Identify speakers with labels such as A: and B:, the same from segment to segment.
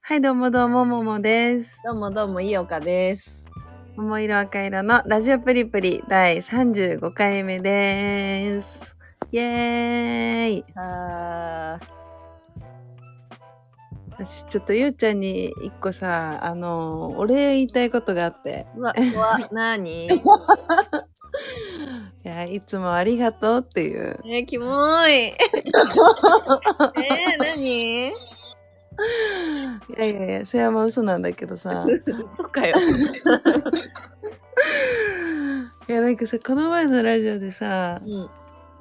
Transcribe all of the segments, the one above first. A: はい、どうもどうも、ももです。
B: どうもどうも、いおかです。
A: 桃色赤色のラジオプリプリ第35回目です。イエーイ
B: あー
A: 私、ちょっとゆうちゃんに一個さ、あの、お礼言いたいことがあって。
B: うわ、怖っ、なに
A: いや、いつもありがとうっていう。
B: えー、キ モい。えー、なに
A: いやいやいや、それはもう嘘なんだけどさ。
B: 嘘かよ。
A: いや、なんかさ、この前のラジオでさ
B: う、ん、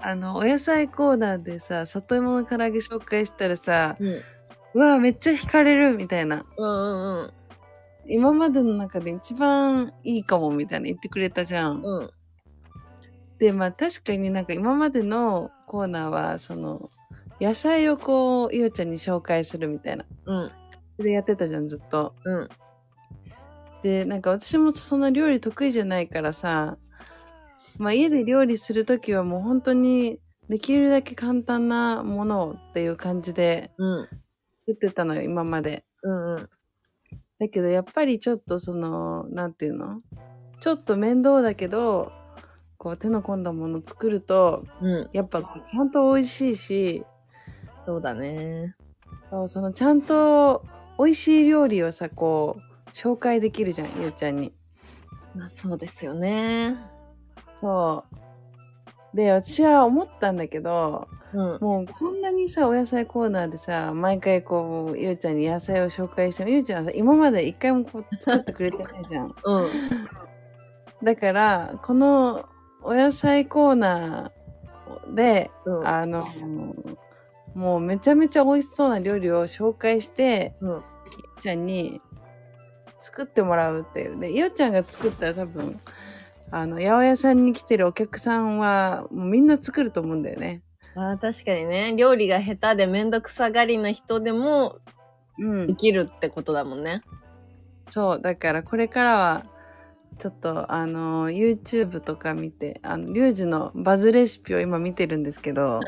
A: あの、お野菜コーナーでさ、里芋の唐揚げ紹介したらさ、
B: うん、
A: うわ、めっちゃ惹かれるみたいな。
B: うん、うん、
A: 今までの中で一番いいかもみたいな言ってくれたじゃん。
B: うん、
A: でまあ確かになんか今までのコーナーはその野菜をこうゆうちゃんに紹介するみたいな
B: うん、
A: でやってたじゃんずっと。
B: うん、
A: でなんか私もそんな料理得意じゃないからさ、まあ、家で料理する時はもう本当にできるだけ簡単なものをっていう感じで
B: うん、
A: 作ってたのよ今まで。
B: うん、うん、
A: だけどやっぱりちょっとそのなんていうのちょっと面倒だけどこう手の込んだもの作ると
B: うん、
A: やっぱこうちゃんと美味しいし
B: そうだね。
A: そうそのちゃんと美味しい料理をさこう紹介できるじゃんゆうちゃんに。
B: まあ、そうですよね。
A: そうで私は思ったんだけど
B: うん、
A: もうこんなにさお野菜コーナーでさ毎回こうゆうちゃんに野菜を紹介してもゆうちゃんはさ今まで一回もこう作ってくれてないじゃん。
B: うん、
A: だからこのお野菜コーナーで
B: うん、
A: あのもうめちゃめちゃ美味しそうな料理を紹介して
B: うん、
A: ゆうちゃんに作ってもらうっていうでゆうちゃんが作ったら多分あの八百屋さんに来てるお客さんはもうみんな作ると思うんだよね。
B: あー確かにね、料理が下手でめんどくさがりな人でも
A: う
B: で
A: ん、
B: きるってことだもんね。
A: そうだからこれからはちょっとあの YouTube とか見てあのリュウジのバズレシピを今見てるんですけど。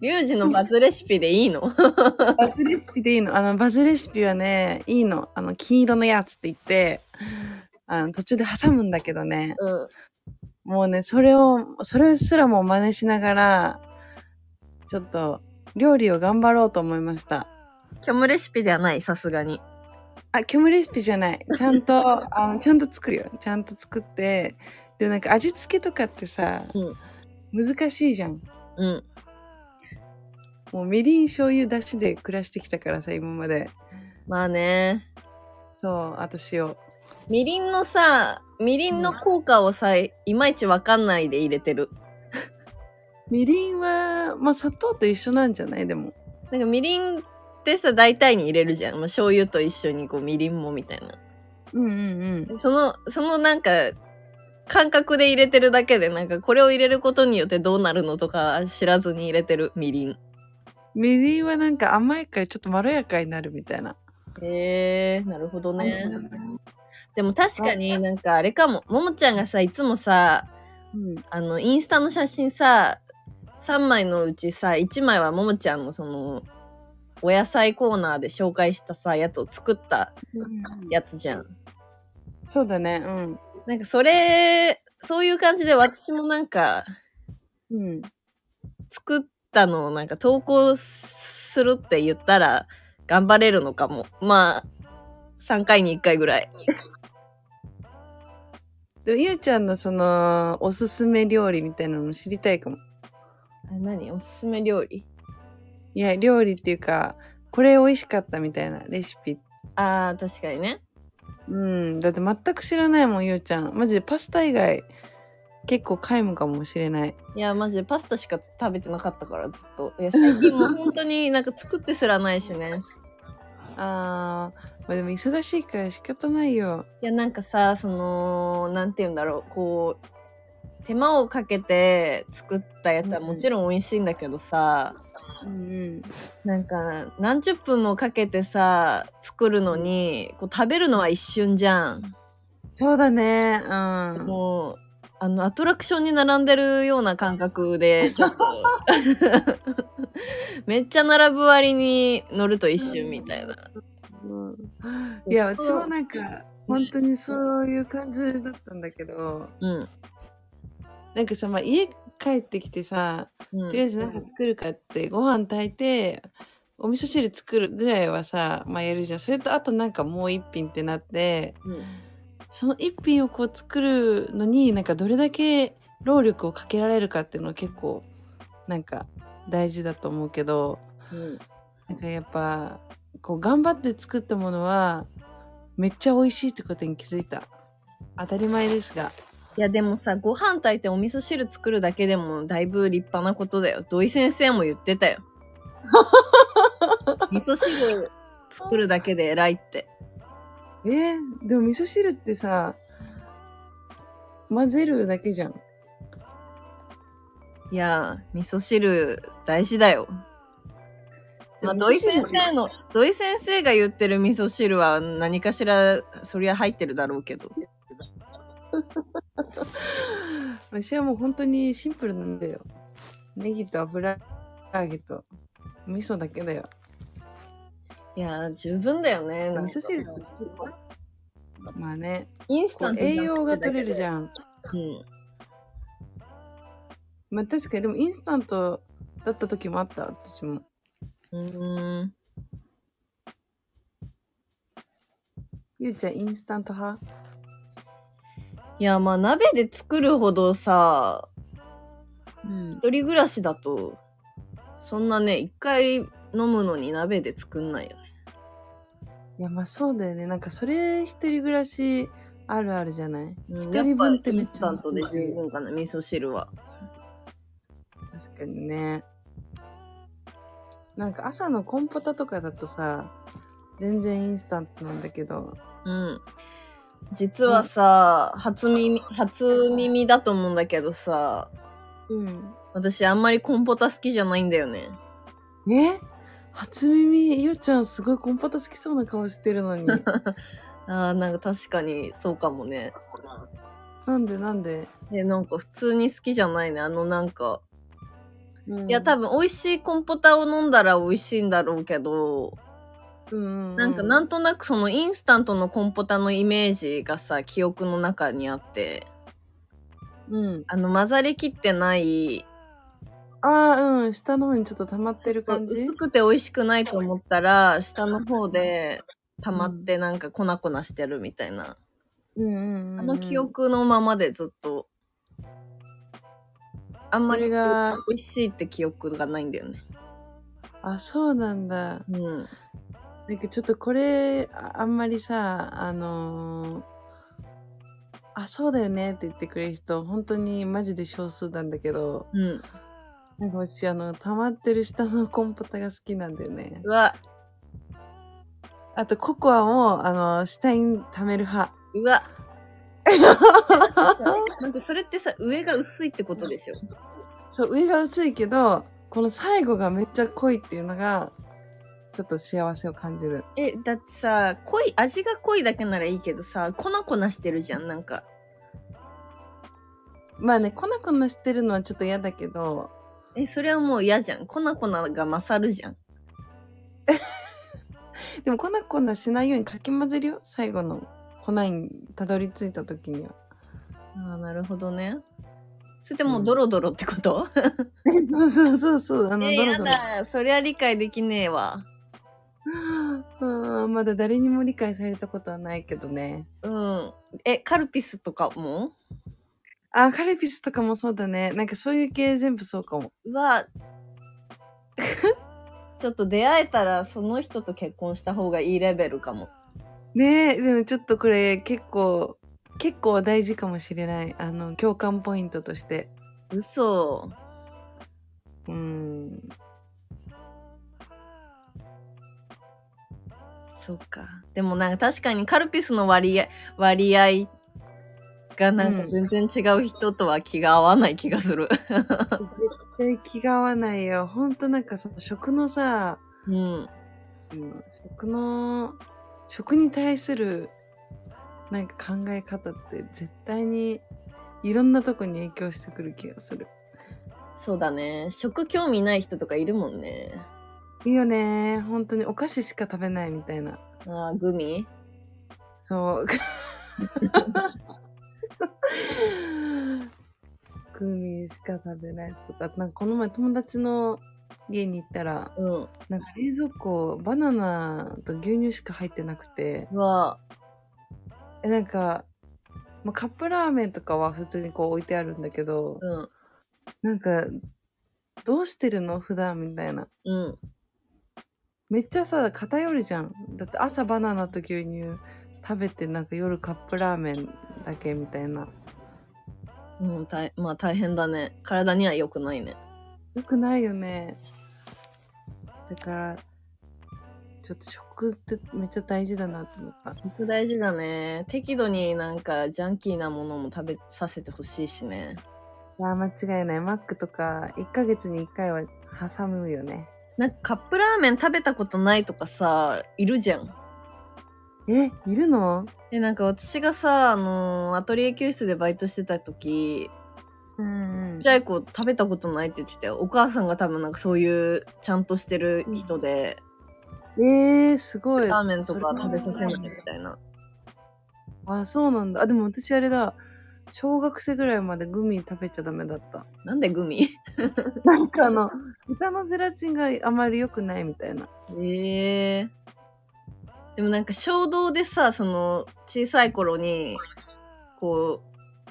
B: リュウジのバズレシピでいいの
A: バズレシピでいいのあのバズレシピはねいいのあの黄色のやつって言ってあの途中で挟むんだけどね
B: うん。
A: もうねそれをそれすらも真似しながらちょっと料理を頑張ろうと思いました
B: 虚無レシピではない、さすがに。
A: あ虚無レシピじゃないちゃんとあのちゃんと作るよちゃんと作ってでなんか味付けとかってさ、
B: うん
A: 難しいじゃん
B: うん。
A: もうみりん醤油だしで暮らしてきたからさ今まで
B: まあね。
A: そうあと塩
B: みりんのさ、みりんの効果をさ、いまいちわかんないで入れてる。
A: みりんは、まあ、砂糖と一緒なんじゃないでも。
B: なんかみりんってさ、大体に入れるじゃん。もう醤油と一緒にこうみりんもみたいな。
A: うんうん
B: その、そのなんか、感覚で入れてるだけで、なんかこれを入れることによってどうなるのとか知らずに入れてる、みりん。
A: うん。みりんはなんか甘いからちょっとまろやかになるみたいな。
B: へえー、なるほどね。でも確かになんかあれかも、ももちゃんがさ、いつもさ、
A: うん。
B: あの、インスタの写真さ、3枚のうちさ、1枚はももちゃんのその、お野菜コーナーで紹介したさ、やつを作ったやつじゃん。
A: そうだね。うん。
B: なんかそれ、そういう感じで私もなんか、
A: うん、
B: 作ったのをなんか投稿するって言ったら、頑張れるのかも。まあ、3回に1回ぐらい。
A: でもゆうちゃんのそのおすすめ料理みたいなのも知りたいかも。
B: あ何おすすめ料理
A: いや料理っていうかこれ美味しかったみたいなレシピ。
B: ああ、確かにね。
A: うん。だって全く知らないもんゆうちゃん。マジでパスタ以外結構皆無かもしれない。
B: いや、マジでパスタしか食べてなかったから、ずっと。いや、最近もう本当になんか作ってすらないしね。
A: あー、まあでも忙しいから仕方ないよ。
B: いや、なんかさ、その、なんて言うんだろう、こう、手間をかけて作ったやつは
A: うんうん
B: もちろん美味しいんだけどさ、
A: うんうん。
B: なんか、何十分もかけてさ、作るのに、こう、食べるのは一瞬じゃん。
A: そうだね。うん。
B: もう、あの、アトラクションに並んでるような感覚で、ちょっと、 めっちゃ並ぶ割に乗ると一瞬みたいな。
A: うんいや私もなんか本当にそういう感じだったんだけど
B: うん。
A: なんかさ、まあ、家帰ってきてさ
B: う
A: と
B: ん
A: りあえず何か作るかってご飯炊いてお味噌汁作るぐらいはさ、まあ、やるじゃんそれとあとなんかもう一品ってなって
B: うん
A: その一品をこう作るのになんかどれだけ労力をかけられるかっていうのは結構なんか大事だと思うけど
B: うん
A: なんかやっぱこう頑張って作ったものはめっちゃ美味しいってことに気づいた当たり前ですが
B: いやでもさご飯炊いてお味噌汁作るだけでもだいぶ立派なことだよ土井先生も言って たよ味噌汁作るだけで偉いって
A: えーでも味噌汁ってさ混ぜるだけじゃん
B: いやー味噌汁大事だよ、まあ、
A: でも
B: 土井
A: 味噌汁
B: 先生の土井先生が言ってる味噌汁は何かしらそりゃ入ってるだろうけど
A: 私はもう本当にシンプルなんだよネギと油揚げと味噌だけだよ
B: いやー十分だよねなん
A: 味
B: か
A: 噌汁まあね
B: インス
A: こ
B: タ
A: う
B: ント
A: 栄養が取れるじ
B: ん、
A: ゃん。
B: うん、
A: まあ確かにでもインスタントだった時もあった私も。
B: うーん
A: ゆうちゃんインスタント派
B: いやまあ鍋で作るほどさ
A: うん。
B: 一人暮らしだとそんなね一回飲むのに鍋で作んないよね
A: いやまあそうだよね。なんかそれ一人暮らしあるあるじゃない
B: うん
A: 一人分って
B: やぱイ
A: めっ
B: ン
A: ちゃ
B: スタントで十分かな味噌汁は
A: 確かにね。なんか朝のコンポタとかだとさ、全然インスタントなんだけど。
B: うん実はさ、初耳初耳だと思うんだけどさ
A: うん。
B: 私あんまりコンポタ好きじゃないんだよね
A: え初耳ゆうちゃんすごいコンポタ好きそうな顔してるの に。
B: あーなんか確かにそうかもね
A: なんでなんで、
B: えなんか普通に好きじゃないねあのなんかいや
A: 多
B: 多分美味しいコンポタを飲んだら美味しいんだろうけど
A: 分
B: なんかなんとなくそのインスタントのコンポタのイメージがさ記憶の中にあって
A: うん。
B: あの混ざりきってない
A: ああ、うん。下の方にちょっと溜まってる
B: ちょ
A: 感
B: っと
A: じ。
B: 薄くて美味しくないと思ったら下の方で溜まってなんか粉々してるみたいな、
A: うんうんうんうん
B: あの記。憶のままでずっとあんまり
A: それ
B: 美
A: が
B: 味しいって記憶がないんだよね
A: あ、そうなんだ。
B: うん
A: なんかちょっとこれ、ああんまりさ、あのーあ、そうだよねって言ってくれる人、本当にマジで少数なんだけど、
B: うん
A: なんか私、あの、溜まってる下のコンポタが好きなんだよね
B: う。わ
A: あと、ココアも、あの、下に溜める派。
B: うわ なんかそれってさ上が薄いってことでしょ
A: そう、上が薄いけど、この最後がめっちゃ濃いっていうのが、ちょっと幸せを感じる。
B: えだってさ濃い味が濃いだけならいいけどさ粉々してるじゃんなんか
A: まあね、粉々してるのはちょっと嫌だけど、
B: えそれはもう嫌じゃん粉々が勝るじゃん
A: でも粉々しないようにかき混ぜるよ、最後の粉にたどり着いた時には。
B: あーなるほどねそれってもうドロドロってこと、
A: そうそうそうそう、あの、
B: え
A: ドロ
B: や
A: ドロ
B: だそりゃ理解できねえわ
A: うんまだ誰にも理解されたことはないけどね。
B: うんえカルピスとかも
A: あ、カルピスとかもそうだね。なんかそういう系全部そうかも。
B: うわ ちょっと出会えたらその人と結婚した方がいいレベルかも
A: ねえ、でもちょっとこれ結構、結構大事かもしれない。あの、共感ポイントとして。
B: 嘘
A: うん。
B: そっか。でもなんか確かにカルピスの割合、割合がなんか
A: うん
B: 全然違う人とは気が合わない気がする。
A: 絶対気が合わないよ。ほんとなんかその食のさ、
B: うん。
A: うん食の食に対するなんか考え方って絶対にいろんなとこに影響してくる気がする
B: そうだね。食興味ない人とかいるもんね。
A: いいよね本当にお菓子しか食べないみたいな
B: あーグミ
A: そう。グミしか食べないとか、なんかこの前友達の家に行ったら、
B: うん。
A: なんか冷蔵庫、バナナと牛乳しか入ってなくて、
B: うわ
A: えなんか、まあ、カップラーメンとかは普通にこう置いてあるんだけど、
B: うん。
A: なんか、どうしてるの普段みたいな。
B: うん。
A: めっちゃさ、偏るじゃん。だって朝バナナと牛乳食べて、なんか夜カップラーメンだけみたいな。
B: うん、たいまあ大変だね。体には良くないね。
A: よくないよね。だから、ちょっと食ってめっちゃ大事だなと思った。
B: 食大事だね。適度になんかジャンキーなものも食べさせてほしいしね。
A: いや、間違いない。マックとか、1ヶ月に1回は挟むよね。
B: なんかカップラーメン食べたことないとかさ、いるじゃん。
A: え、いるの
B: え、なんか私がさ、あのーアトリエ教室でバイトしてた時、
A: うん、うん。
B: ちっちゃい子食べたことないって言ってたよ。お母さんが多分なんかそういうちゃんとしてる人で、
A: えー、すごい。
B: ラーメンとか食べさせない
A: それ
B: み
A: は
B: たいな。
A: あ、そうなんだ。あ、でも私あれだ。小学生ぐらいまでグミ食べちゃダメだった。
B: なんでグミ
A: なんかあの、豚のゼラチンがあまり良くないみたいな。
B: ええでもなんか衝動でさ、その小さい頃に、こ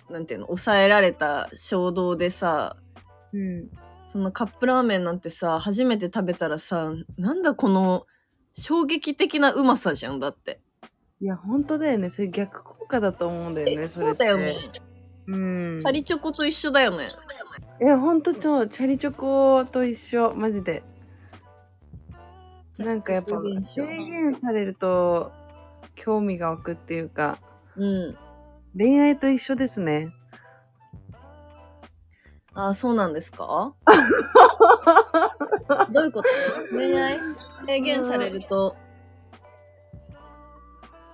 B: う、なんていうの、抑えられた衝動でさ、
A: うん。
B: そのカップラーメンなんてさ、初めて食べたらさ、なんだこの衝撃的なうまさじゃん、だって。
A: いや、本当だよね。それ逆効果だと思うんだよね。れ
B: そう
A: って
B: だよね。。
A: うん。
B: チャリチョコと一緒だよね。
A: え、ほんとそう、チャリチョコと一緒、マジで。なんかやっぱ、制限されると、興味が湧くっていうか、
B: うん。
A: 恋愛と一緒ですね。
B: ああ、そうなんで すかどういうこと恋愛制限されると。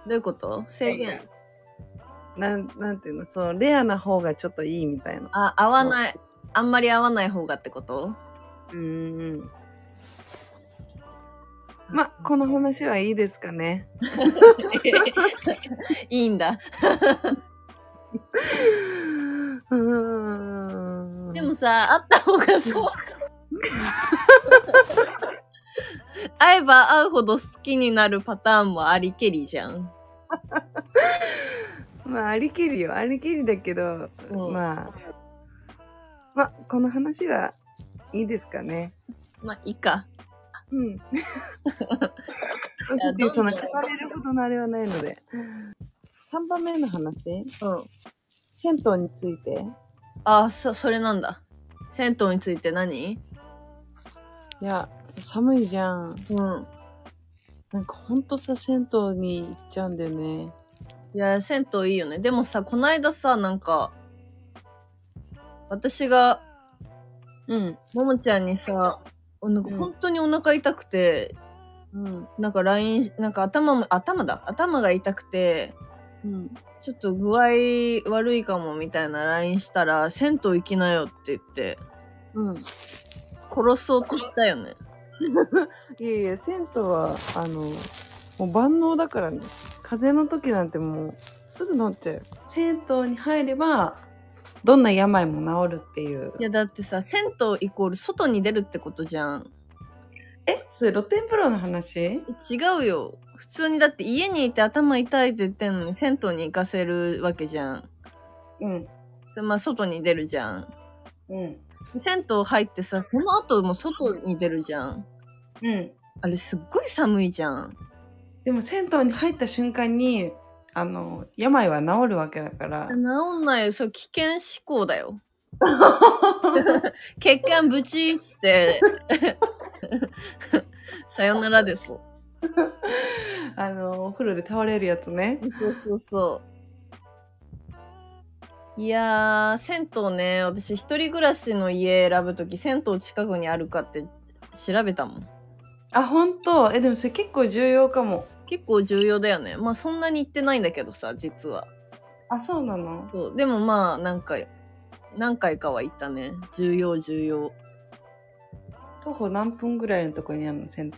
B: どういうこと制限。
A: なん、なんていうの、その、レアな方がちょっといいみたいな。
B: あ、合わない。あんまり合わない方がってこと
A: うんうん。ま、この話はいいですかね。
B: いいんだ。
A: うーん。
B: でもさ、あった方が そう。会えば会うほど好きになるパターンもありけりじゃん。
A: まあ、ありきりよ。ありきりだけど、
B: うん
A: まあ、ま、この話はいいですかね。
B: まあ、いいか。
A: うん。
B: やどんどん
A: そんな語れるほどのあれはないので。3番目の話
B: うん。
A: 銭湯について。
B: あ、そ、それなんだ。銭湯について何
A: いや、寒いじゃん。
B: うん。
A: なんかほんとさ、銭湯に行っちゃうんだよね。
B: いや、銭湯いいよね。でもさ、こないださ、なんか、私が、
A: うん。
B: ももちゃんにさ、なんか本当にお腹痛くて、
A: うん。
B: なんか LINE、なんか頭も、頭だ。頭が痛くて、
A: うん。
B: ちょっと具合悪いかもみたいな LINE したら、銭湯行きなよって言って、
A: うん。
B: 殺そうとしたよね。
A: いやいや、銭湯は、あの、もう万能だからね。風邪の時なんてもう、すぐ治っちゃうよ。銭湯に入れば、どんな病も治るっていう
B: いや、だってさ、銭湯イコール外に出るってことじゃん。
A: え、それ露天風呂の話
B: え違うよ。普通にだって家にいて頭痛いって言ってんのに銭湯に行かせるわけじゃん。
A: うん。
B: それまあ外に出るじゃん。
A: うん。
B: 銭湯入ってさ、その後も外に出るじゃん。
A: うん。
B: あれすっごい寒いじゃん。
A: でも銭湯に入った瞬間にあの病は治るわけだから
B: 治んないよ。それ危険思考だよ。血管ぶちっつって。 さよならです。そ
A: あのお風呂で倒れるやつね
B: うそうそう。いやー、銭湯ね、私一人暮らしの家選ぶとき、銭湯近くにあるかって調べたもん。
A: あ本当えでもそれ結構重要かも
B: 結構重要だよね。まあそんなに行ってないんだけどさ、実は。
A: あそうなの
B: そうでもまあなんか何回かは行ったね重要重要
A: 徒歩何分ぐらいのとこにあるの銭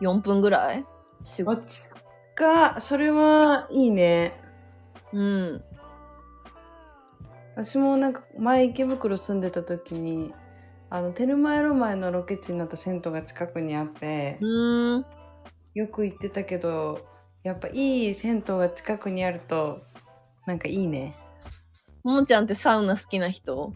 A: 湯
B: 4分ぐらい仕
A: あ
B: 事
A: 近か、それはいいね。
B: うん。
A: 私もなんか前池袋住んでた時に、あの、テルマエロマエのロケ地になった銭湯が近くにあって、
B: うーん。
A: よく行ってたけど、やっぱいい銭湯が近くにあると、なんかいいね。
B: ももちゃんってサウナ好きな人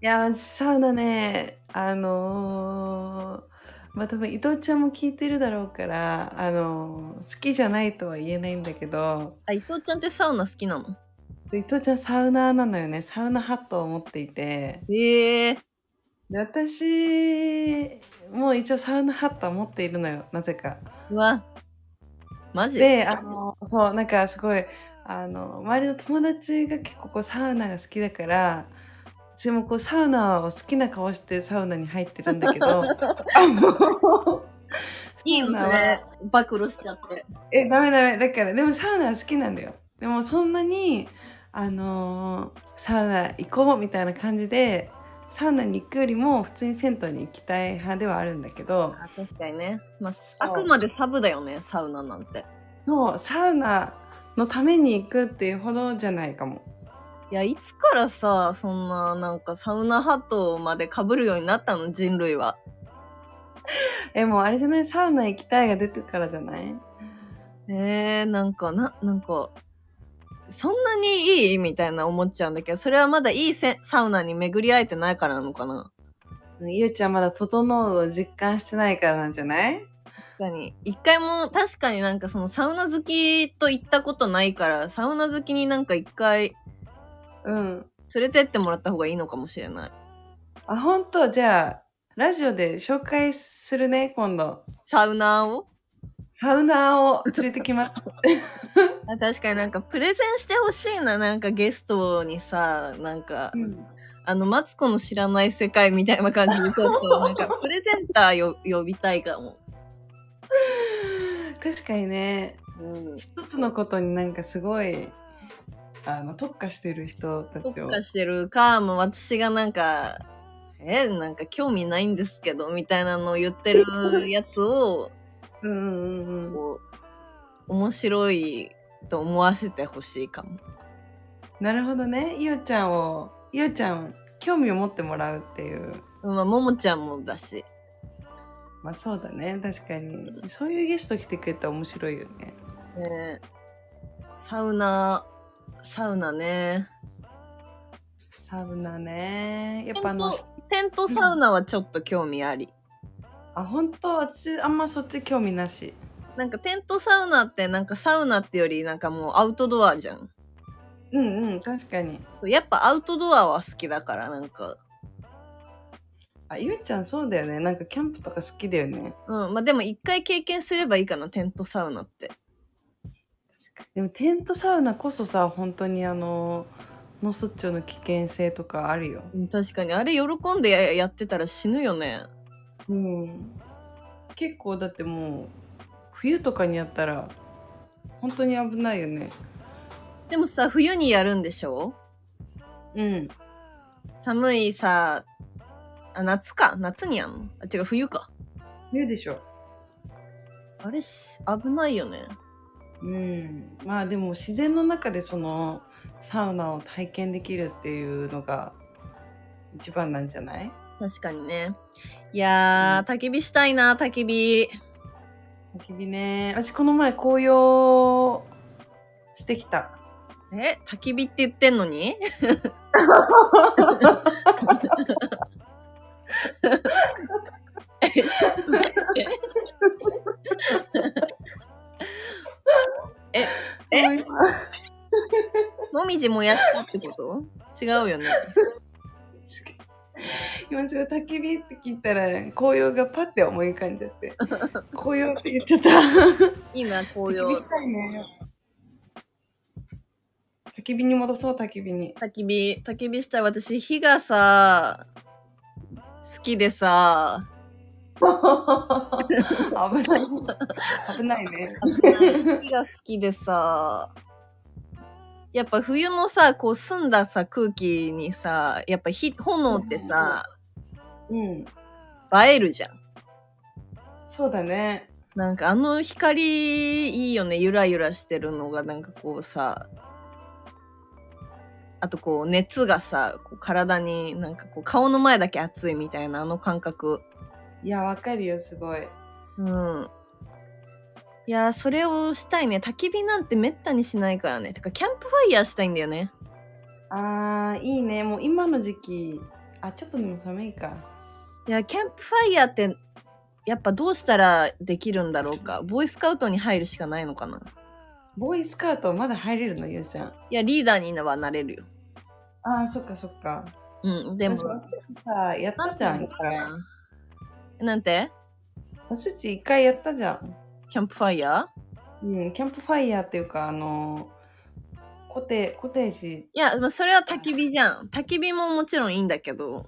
A: いや、サウナね、あのーまあ多分伊藤ちゃんも聞いてるだろうから、あのー好きじゃないとは言えないんだけど、
B: あ、伊藤ちゃんってサウナ好きなの
A: 伊藤ちゃんサウナーなのよね、サウナハットを持っていて、
B: ええー。
A: で私も一応サウナハットは持っているのよ、なぜか。
B: うわ。マジ
A: で、あのそう、なんかすごい、あの、周りの友達が結構こうサウナが好きだから、私もこうサウナを好きな顔してサウナに入ってるんだけ ど、あもう
B: いいのそれ。暴露しちゃって。
A: え、ダメダメ。だから、でもサウナは好きなんだよ。でもそんなに、あのーサウナ行こうみたいな感じで、サウナに行くよりも普通に銭湯に行きたい派ではあるんだけど、
B: あ確かにね。まあ、
A: そう
B: あくまでサブだよね、サウナなんて。
A: そう、サウナのために行くっていうほどじゃないかも。
B: いや、いつからさ、そんな、なんかサウナハットまで被るようになったの、人類は。
A: え、もうあれじゃないサウナ行きたいが出てからじゃない
B: えー、なんか、な、なんか、そんなにいいみたいな思っちゃうんだけど、それはまだいいせサウナに巡り合えてないからなのかな。
A: ゆうちゃんまだ整うを実感してないからなんじゃない
B: 確かに。一回も、確かになんかそのサウナ好きと行ったことないから、サウナ好きになんか一回
A: うん。
B: 連れてってもらった方がいいのかもしれない。
A: あ、ほんと、じゃあ、ラジオで紹介するね、今度。
B: サウナーを
A: サウナーを連れてきます。
B: あ確かになんかプレゼンしてほしいな、なんかゲストにさ、なんか、あの、マツコの知らない世界みたいな感じで、ちょっと、なんか、プレゼンターよ呼びたいかも。
A: 確かにね
B: うん。
A: 一つのことになんかすごいあの特化してる人たち
B: 特
A: を
B: 化してるか、もう私がなんか、え、なんか興味ないんですけど、みたいなのを言ってるやつを、
A: うんうんうんうん
B: こう、面白いと思わせてほしいかも。
A: なるほどねゆうちゃんをゆうちゃん興味を持ってもらうっていう
B: まあ、ももちゃんもだし。
A: まあそうだね確かにそういうゲスト来てくれたら面白いよね
B: ねサウナ、サウナね。
A: サウナねやっぱあの
B: 本テントサウナはちょっと興味あり。
A: あ本当私あんまそっち興味なし
B: なんかテントサウナってなんかサウナってよりなんかもうアウトドアじゃん。
A: うんうん確かに
B: そう、やっぱアウトドアは好きだからなんか。
A: あゆうちゃんそうだよねなんかキャンプとか好きだよね
B: うん、まあでも一回経験すればいいかな、テントサウナって。
A: でもテントサウナこそさ本当にあの脳卒中の危険性とかあるよ。
B: うん確かに、あれ喜んでややってたら死ぬよね。
A: うん、結構だってもう冬とかにやったら本当に危ないよね。
B: でもさ、冬にやるんでしょ
A: うん。
B: 寒いさ、あ、夏か。夏にやんのあ、違う、冬か。
A: 冬でしょ。
B: あれし、危ないよね。
A: うん。まあでも自然の中でそのサウナを体験できるっていうのが一番なんじゃない
B: 確かにね。いやー、焚き火したいな、焚き火。
A: 焚き火ね。私この前紅葉してき た。
B: え、焚き火って言ってんのに えもみじ燃やしたってこと違うよね。
A: 今すごい焚き火って聞いたら紅葉がパッて思い浮かんじゃって 紅葉って言っちゃった
B: いいな、紅
A: 焚き火
B: 葉。
A: したいね焚き火に戻そう焚き火 に
B: 焚き火、焚き火したい。私、火がさ、好きでさ、
A: 危ない危ないね
B: 火が好きでさ、やっぱ冬のさ、こう澄んださ、空気にさ、やっぱ火、炎ってさ、
A: うん
B: 映えるじゃん。
A: そうだね
B: なんかあの光いいよねゆらゆらしてるのがなんかこうさあとこう熱がさこう体になんかこう顔の前だけ熱いみたいなあの感覚
A: いや、わかるよ、すごい。
B: うんいやーそれをしたいね焚き火なんてめったにしないからねてかキャンプファイヤーしたいんだよね
A: あー、いいね。もう今の時期、あ、ちょっとでも寒いか。
B: いやキャンプファイヤーってやっぱどうしたらできるんだろうかボーイスカウトに入るしかないのかな
A: ボーイスカートまだ入れるの、ゆうちゃん。
B: いやリーダーにはなれるよ
A: あー、そっかそっか。
B: うん
A: で
B: でも
A: も、お寿司さ、やったじゃん、一回。
B: なんて
A: お寿司一回やったじゃん。
B: キャンプファイヤー
A: うん、キャンプファイヤーっていうか、あのー、コテ、コテージ。
B: いや、まあそれは焚き火じゃん。焚き火ももちろんいいんだけど、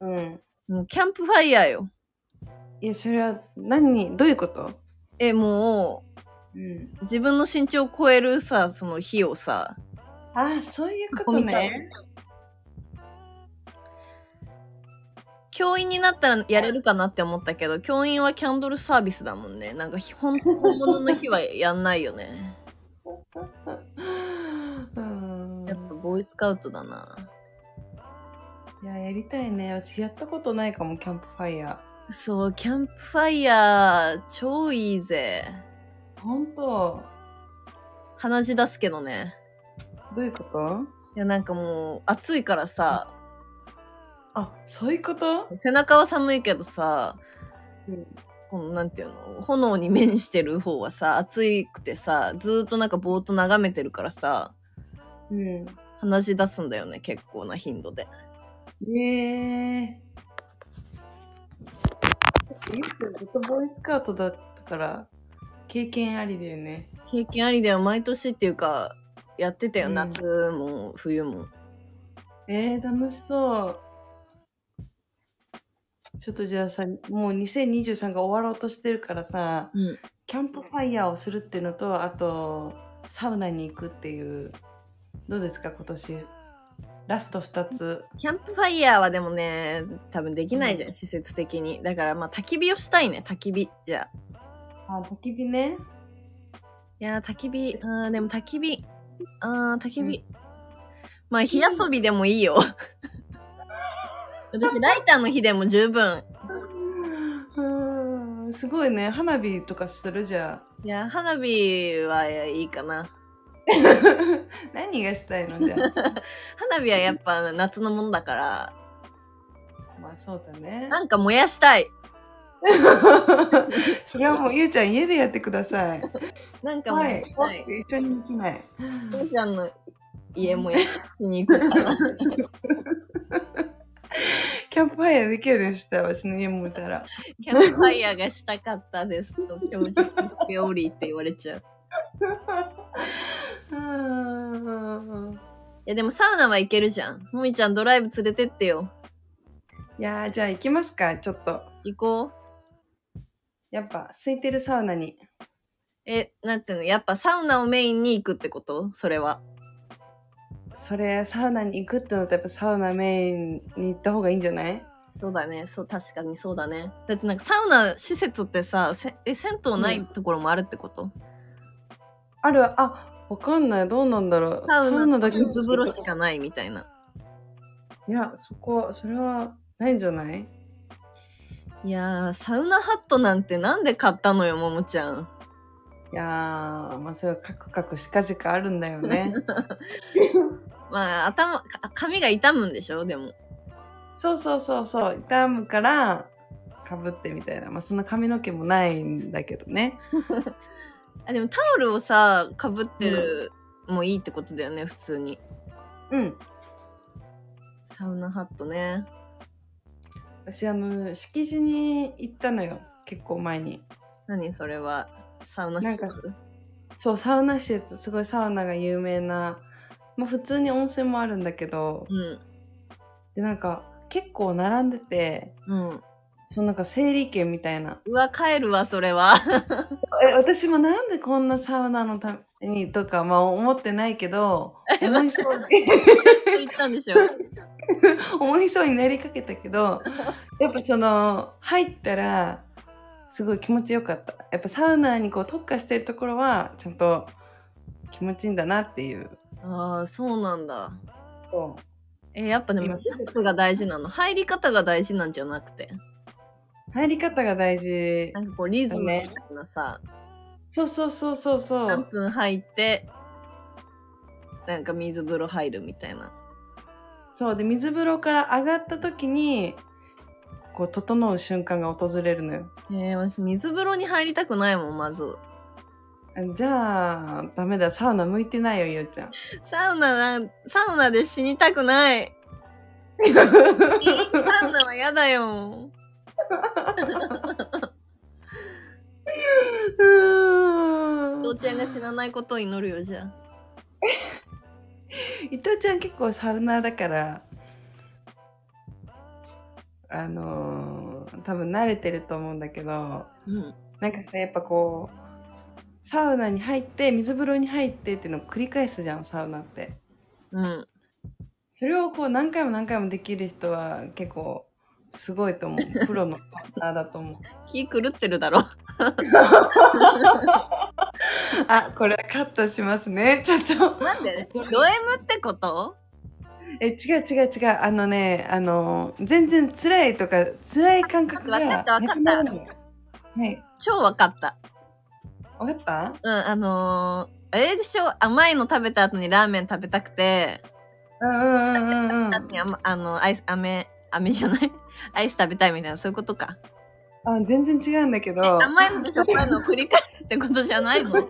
A: うん。
B: もうキャンプファイヤーよ。
A: いや、それは何に、どういうこと
B: え、も
A: うん。
B: う、自分の身長を超えるさ、その火をさ、
A: あー、そういうこと
B: 囲みたい
A: ね。
B: 教員になったらやれるかなって思ったけど、教員はキャンドルサービスだもんね。なんかひ、本本物の火はやんないよね。
A: うん
B: やっぱ、ボーイスカウトだな。
A: いや、やりたいね。私やったことないかも、キャンプファイヤ
B: そう、キャンプファイヤー、超いいぜ。
A: ー。ほんと
B: 鼻血出すけどね。
A: どういうこと
B: いや、なんかもう、暑いからさ、
A: あ、そういうこと
B: 背中は寒いけどさ、
A: うん
B: このなんていうの炎に面してる方はさ暑くてさずーっとなんかぼーっと眺めてるからさ
A: うん。
B: 話し出すんだよね結構な頻度で
A: ええー。ゆっくんずっとボーイスカートだったから、経験ありだよね。
B: 経験ありだよ毎年っていうかやってたよ、
A: うん
B: 夏も冬も
A: えー、楽しそう。ちょっとじゃあさ、もう2023が終わろうとしてるからさ、
B: うん
A: キャンプファイヤーをするっていうのと、あと、サウナに行くっていう、どうですか、今年。ラスト2つ。
B: キャンプファイヤーはでもね多分できないじゃん、施設的にだからまあ焚き火をしたいね焚き火じゃあ
A: あ、焚き火ね。
B: いやー焚き火あーでも焚き火あー焚き火、まあ火遊びでもいいよ私ライターの火でも十分
A: うん、すごいね。花火とかするじゃ。
B: いやー花火はいいかなん
A: 何がしたいのじゃ あ。
B: 花火はやっぱ夏のもんだから
A: まあそうだね。
B: なんか燃やしたい
A: それはもうゆうちゃん家でやってください。
B: なんか
A: は
B: 燃や
A: い。
B: したい、
A: 一緒にできない。
B: 父ちゃんの家燃やしに 行くから
A: キャンプファイヤーできるでした、私の家もいたら。
B: キャンプファイヤーがしたかったですと供述しておりって言われちゃう
A: うーん
B: いやでもサウナは行けるじゃんもみちゃんドライブ連れてってよ
A: いやー、じゃあ行きますか、ちょっと。
B: 行こう
A: やっぱ、空いてるサウナに。
B: え、なんていうのやっぱサウナをメインに行くってことそれは。
A: それ、サウナに行くってなったら、やっぱサウナメインに行った方がいいんじゃない
B: そうだね。そう、確かにそうだね。だってなんかサウナ施設ってさ、せえ、銭湯ないところもあるってこと、
A: あるあ、わかんない。どうなんだろう。
B: サウナだけ
A: だ
B: 水風呂しかないみたいな。
A: いや、そこ、それは、ないんじゃない
B: いやー、サウナハットなんてなんで買ったのよ、ももちゃん。
A: いやー、まあ、それはカクカクしかじかあるんだよね。
B: まあ、頭、か髪が痛むんでしょでも。
A: そうそうそうそう、痛むから、かぶってみたいな。まあ、そんな髪の毛もないんだけどね。
B: あ、でもタオルをさ、かぶってる、もいいってことだよね、普通に。
A: うん。
B: サウナハットね。
A: 私、あの、敷地に行ったのよ。結構前に。
B: 何それは、サウナ施設
A: なんそう、サウナ施設、すごいサウナが有名な。まあ、普通に温泉もあるんだけど、
B: うん。
A: で、なんか、結構並んでて、
B: うん。
A: そのなんか整理券みたいな。
B: うわ、帰るわ、それは。
A: え、私もなんでこんなサウナのためにとか、まあ思ってないけ ど、思いそうに。
B: そう言ったんでしょ。
A: 思いそうになりかけたけどやっぱその入ったらすごい気持ちよかったやっぱサウナにこう特化してるところはちゃんと気持ちいいんだなっていう
B: ああ、そうなんだ。
A: そ
B: えーやっぱでも
A: 今
B: 施設が大事なの。入り方が大事なんじゃなくて。
A: う入り方が大事
B: なんかこうリズムみたいなさ、
A: そうそうそうそうそ
B: 何
A: う
B: 分入って、なんか水風呂入るみたいな。
A: そうで水風呂から上がった時にこう整う瞬間が訪れるのよ
B: えー、私水風呂に入りたくないもん、まず。
A: あじゃあダメだサウナ向いてないよゆうちゃ ん
B: サウナな、サウナで死にたくない。サウナは嫌だよ。
A: うーん
B: 父ちゃんが死なないことを祈るよ、じゃあ。
A: 伊藤ちゃん結構サウナーだからあのー多分慣れてると思うんだけど
B: うん。
A: なんかさやっぱこうサウナに入って水風呂に入ってっていうのを繰り返すじゃんサウナって
B: うん。
A: それをこう何回も何回もできる人は結構すごいと思うプロのサウナーだと思う
B: 気狂ってるだろ。
A: あこれはカットしますねちょっと
B: なんで ド M ってこと
A: え違う違う違うあのねあのー全然辛いとか辛い感覚が
B: わかったわかっ
A: な
B: た
A: くなるのよはい
B: 超わかった。
A: わかった
B: うん、あのー、あれでしょ甘いの食べた後にラーメン食べたくて、
A: うんうんうんうんうん。
B: 後にあ,、あの、アイス、飴、飴じゃない アイス食べたいみたいな、そういうことか。
A: あ全然違うんだけど
B: え甘いのとしょっぱいのを繰り返すってことじゃない の
A: 違う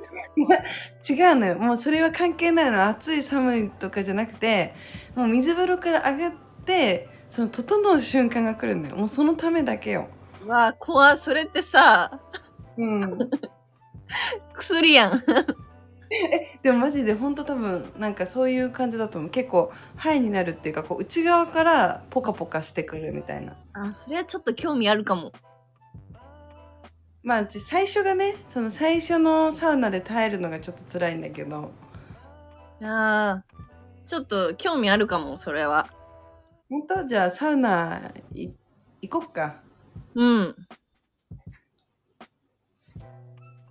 A: のよもうそれは関係ないの暑い寒いとかじゃなくてもう水風呂から上がってその整う瞬間が来るんだよもうそのためだけよ。
B: うわあ、怖っそれってさ、
A: うん、
B: 薬やん。
A: でもマジでほんと多分なんかそういう感じだと思う結構ハイになるっていうかこう内側からポカポカしてくるみたいな
B: あ、それはちょっと興味あるかも。
A: まあ私最初がねその最初のサウナで耐えるのがちょっと辛いんだけど
B: あーちょっと興味あるかも、それは。
A: 本当じゃあサウナい行こっか
B: うん。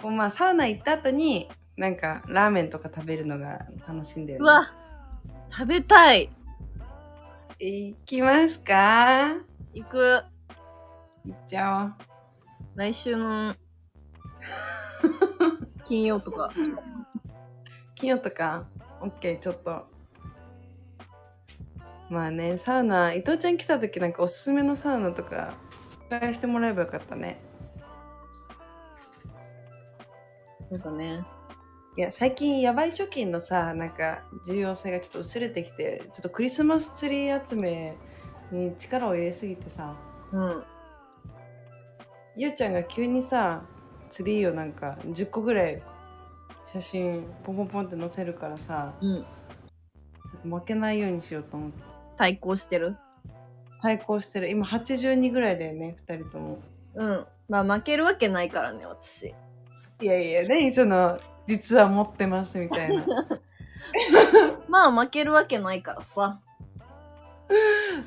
A: こうまあサウナ行った後になんかラーメンとか食べるのが楽しいんだよ、ね、
B: うわ、食べたい。
A: 行きますか
B: 行く。
A: 行っちゃ
B: 来週 の金曜とか。
A: おう金曜とかオッケーちょっとまあねサウナ伊藤ちゃん来た時なんかおすすめのサウナとか紹介してもらえばよかったね
B: なんかね。
A: いや最近ヤバい貯金のさなんか重要性がちょっと薄れてきてちょっとクリスマスツリー集めに力を入れすぎてさ
B: うん。
A: ゆうちゃんが急にさツリーをなんか10個ぐらい写真ポンポンポンって載せるからさ
B: うん。
A: ちょっと負けないようにしようと思って
B: 対抗してる。
A: 対抗してる今82ぐらいだよね2人とも
B: うん。まあ負けるわけないからね、私。
A: いやいや何その実は持ってますみたい な
B: まあ負けるわけないからさ。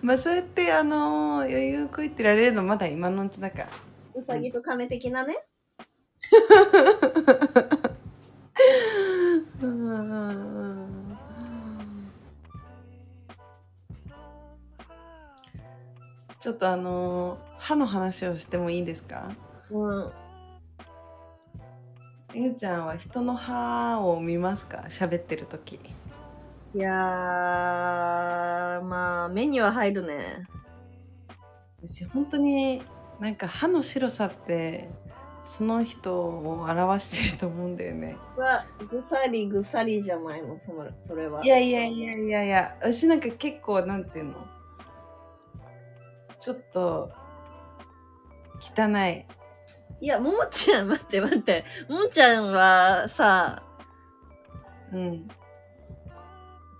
A: まあそうやってあのー余裕こいてられるのまだ今のうちだから
B: うさぎと亀的なね。
A: うーんちょっとあのー歯の話をしてもいいですか
B: うん。
A: ゆうちゃんは人の歯を見ますか喋ってる時
B: いやー、まあ目には入るね。
A: 私本当になんか歯の白さってその人を表してると思うんだよね
B: は、ぐさりぐさりじゃないの、それそれはい
A: やいやいやいやいや私なんか結構なんていうのちょっと汚い
B: いや、ももちゃん、待って待って。ももちゃんはさ、
A: うん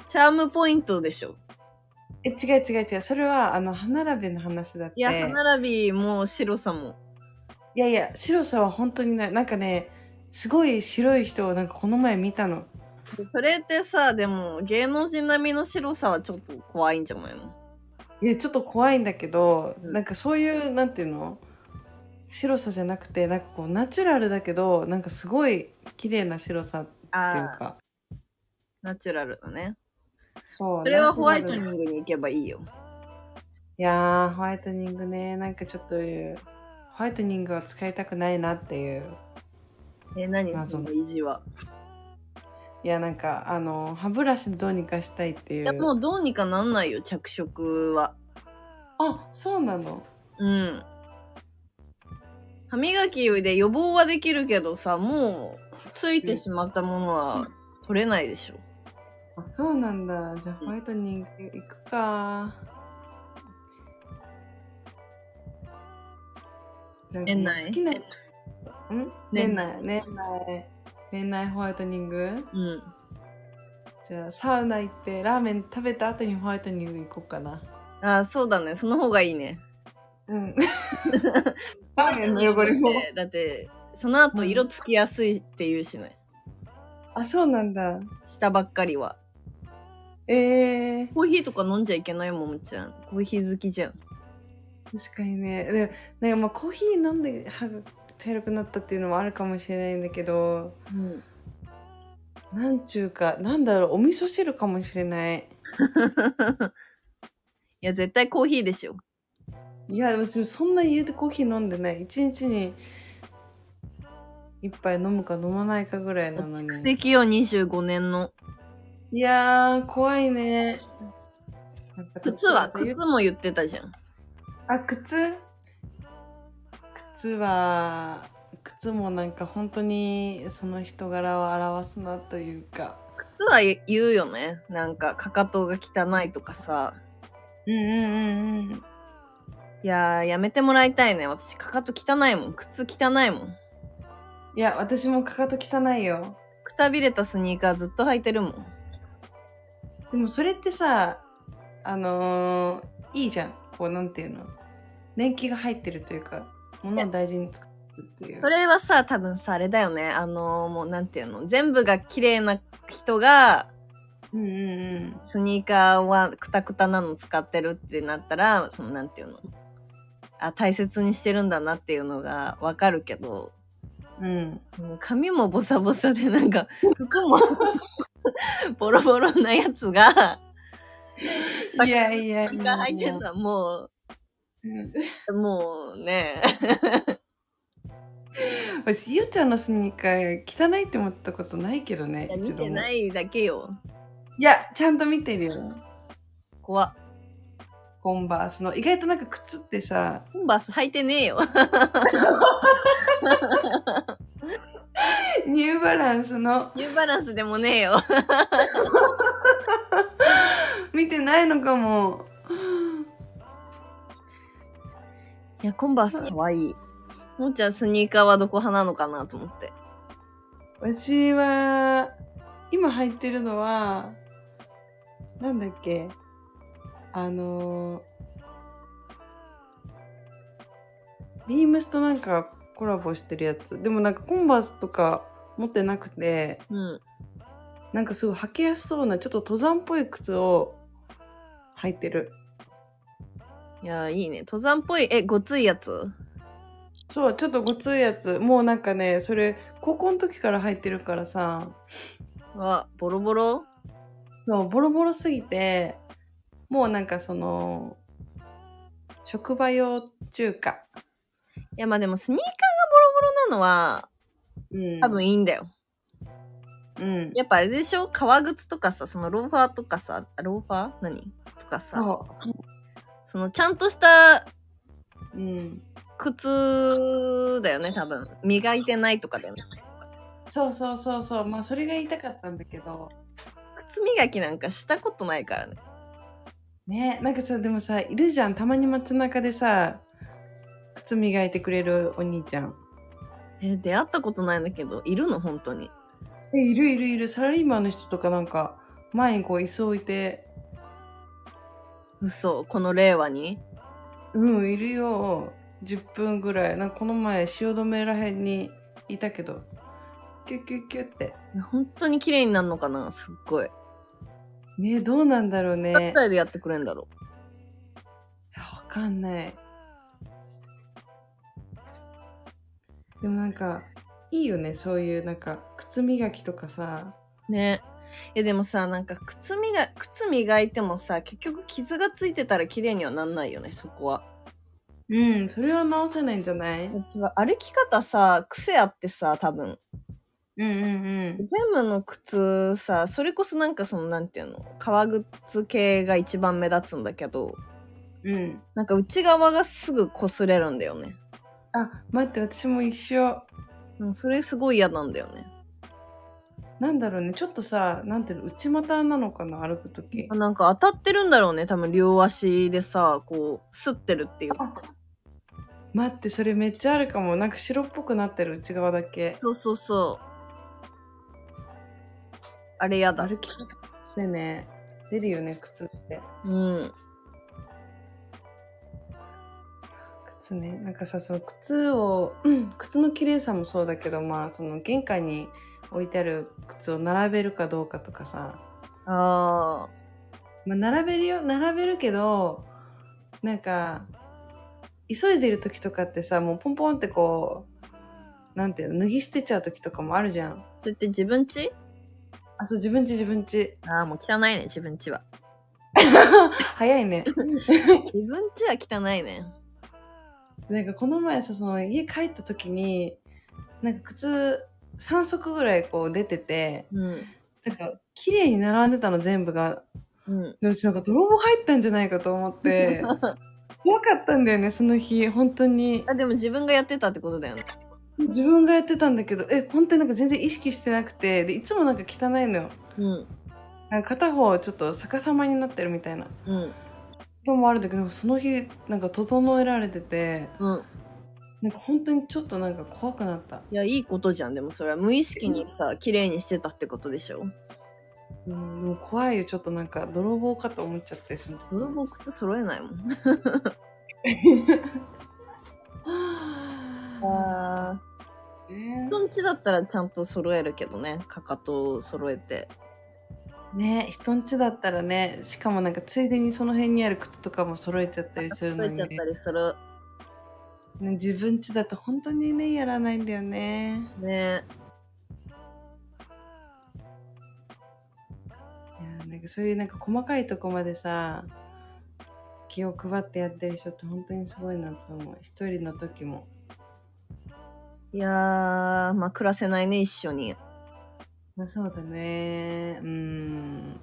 B: チャームポイントでしょ。
A: え違う違う違うそれはあの歯並びの話だって
B: いや、歯並びも白さも。
A: いやいや白さは本当にないなんかねすごい白い人をなんかこの前見たの
B: それってさ、でも芸能人並みの白さはちょっと怖いんじゃないの
A: いやちょっと怖いんだけど、
B: うん
A: なんかそういうなんていうの白さじゃなくてなんかこうナチュラルだけどなんかすごい綺麗な白さっていう
B: ああ、
A: か
B: ナチュラルだね。
A: そう
B: それはホワイト
A: ナチュラル
B: ニングに行けばいいよ。
A: いやーホワイトニングねなんかちょっとホワイトニングは使いたくないなっていう
B: え、何
A: まあ
B: その意地は。
A: いやなんかあの歯ブラシでどうにかしたいっていう
B: いや、もうどうにかなんないよ、着色は。
A: あそうなの
B: うん。歯磨きで予防はできるけどさ、もう、ついてしまったものは取れないでしょ。
A: あそうなんだじゃあ
B: う
A: ホ
B: ん
A: ワイトニング行くかなんかもう
B: 年内
A: 好きなん
B: 年
A: 年内
B: 内
A: 年内年内ホワイトニング
B: うん。
A: じゃあサウナ行ってラーメン食べた後にホワイトニング行こうかな
B: ああ、そうだね。その方がいいね。
A: うん ラーメンの汚れも
B: だ って、だってその後色つきやすいって言うしね。
A: あそうなんだ
B: 下ばっかりは。
A: えー、
B: コーヒーとか飲んじゃいけないもんちゃん。コーヒー好きじゃん。
A: 確かにねでもなんかまあコーヒー飲んで歯が茶色くなったっていうのもあるかもしれないんだけど
B: うん。
A: なんちゅうかなんだろうお味噌汁かもしれない
B: いや、絶対コーヒーでしょ。
A: いや別にそんな言うてコーヒー飲んでない一日に一杯飲むか飲まないかぐらいなの
B: 蓄
A: に
B: 積よ、25年の。
A: いやー怖いね
B: 靴は、靴も言ってたじゃん。
A: あ靴靴は靴もなんか本当にその人柄を表すなというか
B: 靴は言うよね。なんか、かかとが汚いとかさ。
A: うんうんうんうん
B: いやー、やめてもらいたいね。私、かかと汚いもん。靴汚いもん。
A: いや私もかかと汚いよ
B: くたびれたスニーカーずっと履いてるもん。
A: でもそれってさあのーいいじゃんこうなんていうの年季が入ってるというか物を大事に使うっていう
B: それはさ、多分さ、あれだよね。あのー、もう、なんていうの。全部が綺麗な人が、
A: うんうん
B: スニーカーはクタクタなの使ってるってなったら、そのなんていうのあ、大切にしてるんだなっていうのがわかるけど、
A: うんうん
B: もう髪もボサボサでなん か服もボロボロなやつが、
A: いやいやい
B: が
A: や
B: 履いてるのはも
A: うん
B: う、もうね、
A: 私ゆうちゃんのスニーカー汚いって思ったことないけどね
B: いや見てないいだけよ。
A: いやちゃんと見てるよ
B: 怖っ
A: コンバースの意外となんか靴ってさ
B: コンバース履いてねえよ。
A: ニューバランスの
B: ニューバランスでもねえよ。
A: 見てないのかも
B: いや、コンバース可愛い。もーちゃんスニーカーはどこ派なのかなと思って。
A: 私は今入ってるのはなんだっけあのービームスとなんかコラボしてるやつでもなんかコンバースとか持ってなくて
B: うん。
A: なんかすごい履きやすそうなちょっと登山っぽい靴を履いてる
B: いやーいいね。登山っぽい。え、ごついやつ
A: そうちょっとごついやつもうなんかねそれ高校の時から履いてるからさ
B: は、ボロボロ
A: そうボロボロすぎてもうなんかその職場用中華、
B: いや、まあでもスニーカーがボロボロなのは、
A: うん、
B: 多分いいんだよ。
A: うん
B: やっぱあれでしょ革靴とかさ、そのローファーとかさ、ローファー何とかさ、
A: そ
B: そのちゃんとした
A: う、うん、
B: 靴だよね、多分。磨いてないとかだよね。
A: そうそうそうそうまあそれが言いたかったんだけど
B: 靴磨きなんかしたことないからね。
A: ねなんかさでもさいるじゃんたまに街中でさ靴磨いてくれるお兄ちゃん
B: え、出会ったことないんだけど、いるの本当に。
A: えいるいるいるサラリーマンの人とかなんか前にこう椅子置いて
B: 嘘、この令和に。
A: うんいるよ10分ぐらいなんかこの前汐留らへんにいたけどキュッキュッキュッって
B: いや本当に綺麗になるのかなすっごい。
A: ねどうなんだろうね。い
B: どうやったらやってくれんだろう
A: やわかんない。でもなんかいいよねそういうなんか靴磨きとかさ
B: ねいやでもさなんか靴磨靴磨いてもさ結局傷がついてたら綺麗にはなんないよねそこは
A: うんそれは直せないんじゃないう
B: 私は歩き方さ癖あってさ多分
A: んうんうん
B: 全部の靴さそれこそなんかそのなんていうの革靴系が一番目立つんだけど
A: うん
B: なんか内側がすぐ擦れるんだよね
A: あ待って私も一緒
B: なんかそれすごい嫌なんだよね
A: なんだろうねちょっとさなんていうの内股なのかな歩く時
B: あなんか当たってるんだろうね多分両足でさこう擦ってるっていう
A: あ待ってそれめっちゃあるかもなんか白っぽくなってる内側だけ
B: そうそうそうあれ嫌だ
A: 歩き方してね出るよね靴って
B: うん
A: 靴ねなんかさその靴を、うん靴の綺麗さもそうだけどまあその玄関に置いてある靴を並べるかどうかとかさ、
B: あ
A: まあ、並べるよ並べるけどなんか急いでる時とかってさもうポンポンってこうなんていうの脱ぎ捨てちゃう時とかもあるじゃん
B: ーそれって自分ち
A: あそう自分ち自分ち
B: ああもう汚いね自分ちは
A: 早いね
B: 自分ちは汚いね
A: なんかこの前さその家帰った時になんか靴3足ぐらいこう出てて
B: うん
A: なんか綺麗に並んでたの全部が
B: うん
A: でうちなんか泥棒入ったんじゃないかと思って 怖かったんだよねその日本当に
B: あでも自分がやってたってことだよね
A: 自分がやってたんだけどえ本当になんか全然意識してなくてでいつもなんか汚いのよ
B: うん
A: なんか片方ちょっと逆さまになってるみたいなこ
B: うん
A: ともあるんだけどその日なんか整えられてて
B: うん
A: なんか本当にちょっとなんか怖くなった
B: いやいいことじゃんでもそれは無意識にさ綺麗にしてたってことでしょ
A: うんもう怖いよちょっとなんか泥棒かと思っちゃってその時
B: 泥 棒靴揃えないもん
A: は
B: ああ
A: ぁね
B: 人んちだったらちゃんと揃えるけどねかかとを揃えて
A: ね人ん家だったらねしかもなんかついでにその辺にある靴とかも揃えちゃったりする
B: 揃
A: の
B: え
A: に、
B: ちゃっ
A: ね
B: たりする
A: 自分家だと本当にねやらないんだよね
B: ね
A: いやなんかそういうなんか細かいとこまでさ気を配ってやってる人って本当にすごいなと思う一人の時も
B: いやーまあ暮らせないね一緒に
A: まあそうだねうーん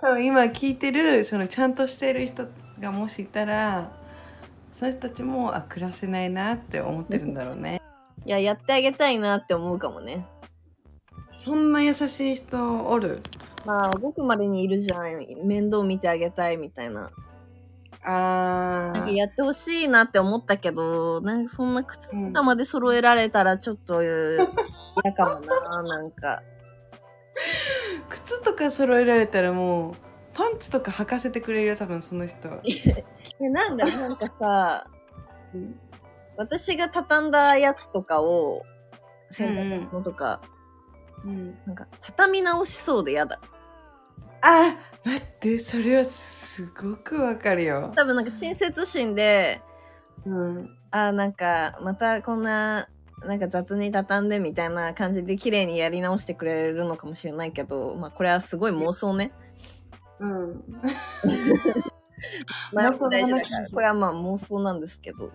A: 多分今聞いてるそのちゃんとしてる人がもしいたらその人たちもあ暮らせないなって思ってるんだろうね
B: いややってあげたいなって思うかもね
A: そんな優しい人おる
B: まあ動くまでにいるじゃん面倒見てあげたいみたいな
A: あ
B: なんかやってほしいなって思ったけど、なんかそんな靴下まで揃えられたらちょっと嫌かもな、なんか。
A: 靴とか揃えられたらもうパンツとか履かせてくれるよ多分その人
B: いやなんだろう、なんかさ、私が畳んだやつとかを、洗濯物とか、
A: うん、
B: なんか畳み直しそうで嫌だ。
A: あ待ってそれはすごくわかるよ、
B: 多分なんか親切心で、
A: うん、
B: あーなんかまたこんな、なんか雑に畳んでみたいな感じで綺麗にやり直してくれるのかもしれないけど、まあこれはすごい妄想ね。
A: うん、
B: まあ、
A: 妄想の
B: 大
A: 話
B: 事だからこれはまあ妄想なんですけど、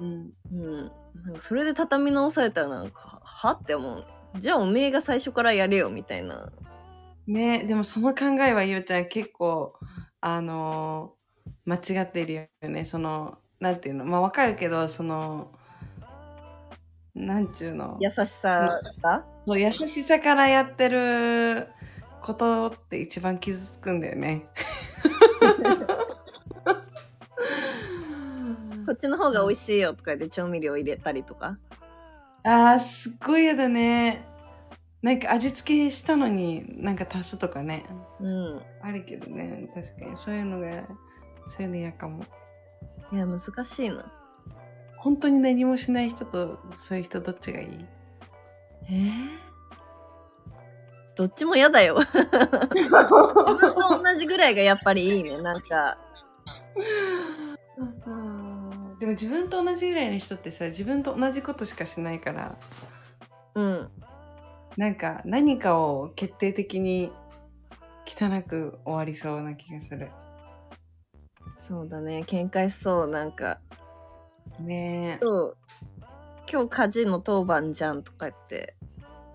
A: うん、
B: うん、なんかそれで畳み直されたらなんかはって思うじゃあおめえが最初からやれよみたいな
A: ねでもその考えはゆうちゃん結構あのー間違っているよねそのなんていうのまあわかるけどそのなんちゅうの
B: 優しさ が
A: そう優しさからやってることって一番傷つくんだよね。
B: こっちの方が美味しいよとか言って調味料入れたりとか
A: あーすっごい嫌だね。なんか味付けしたのになんか足すとかね。
B: うん
A: あるけどね確かにそういうのがそういうの嫌かも。
B: いや難しいな
A: 本当に何もしない人とそういう人どっちがいい
B: えー、どっちも嫌 だよ自分と同じぐらいがやっぱりいいねなんか
A: も自分と同じぐらいの人ってさ自分と同じことしかしないから
B: うん。
A: なんか何かを決定的に汚く終わりそうな気がする
B: そうだね。喧嘩しそう。なんか、
A: ねえ
B: 今日、今日家事の当番じゃんとか言って。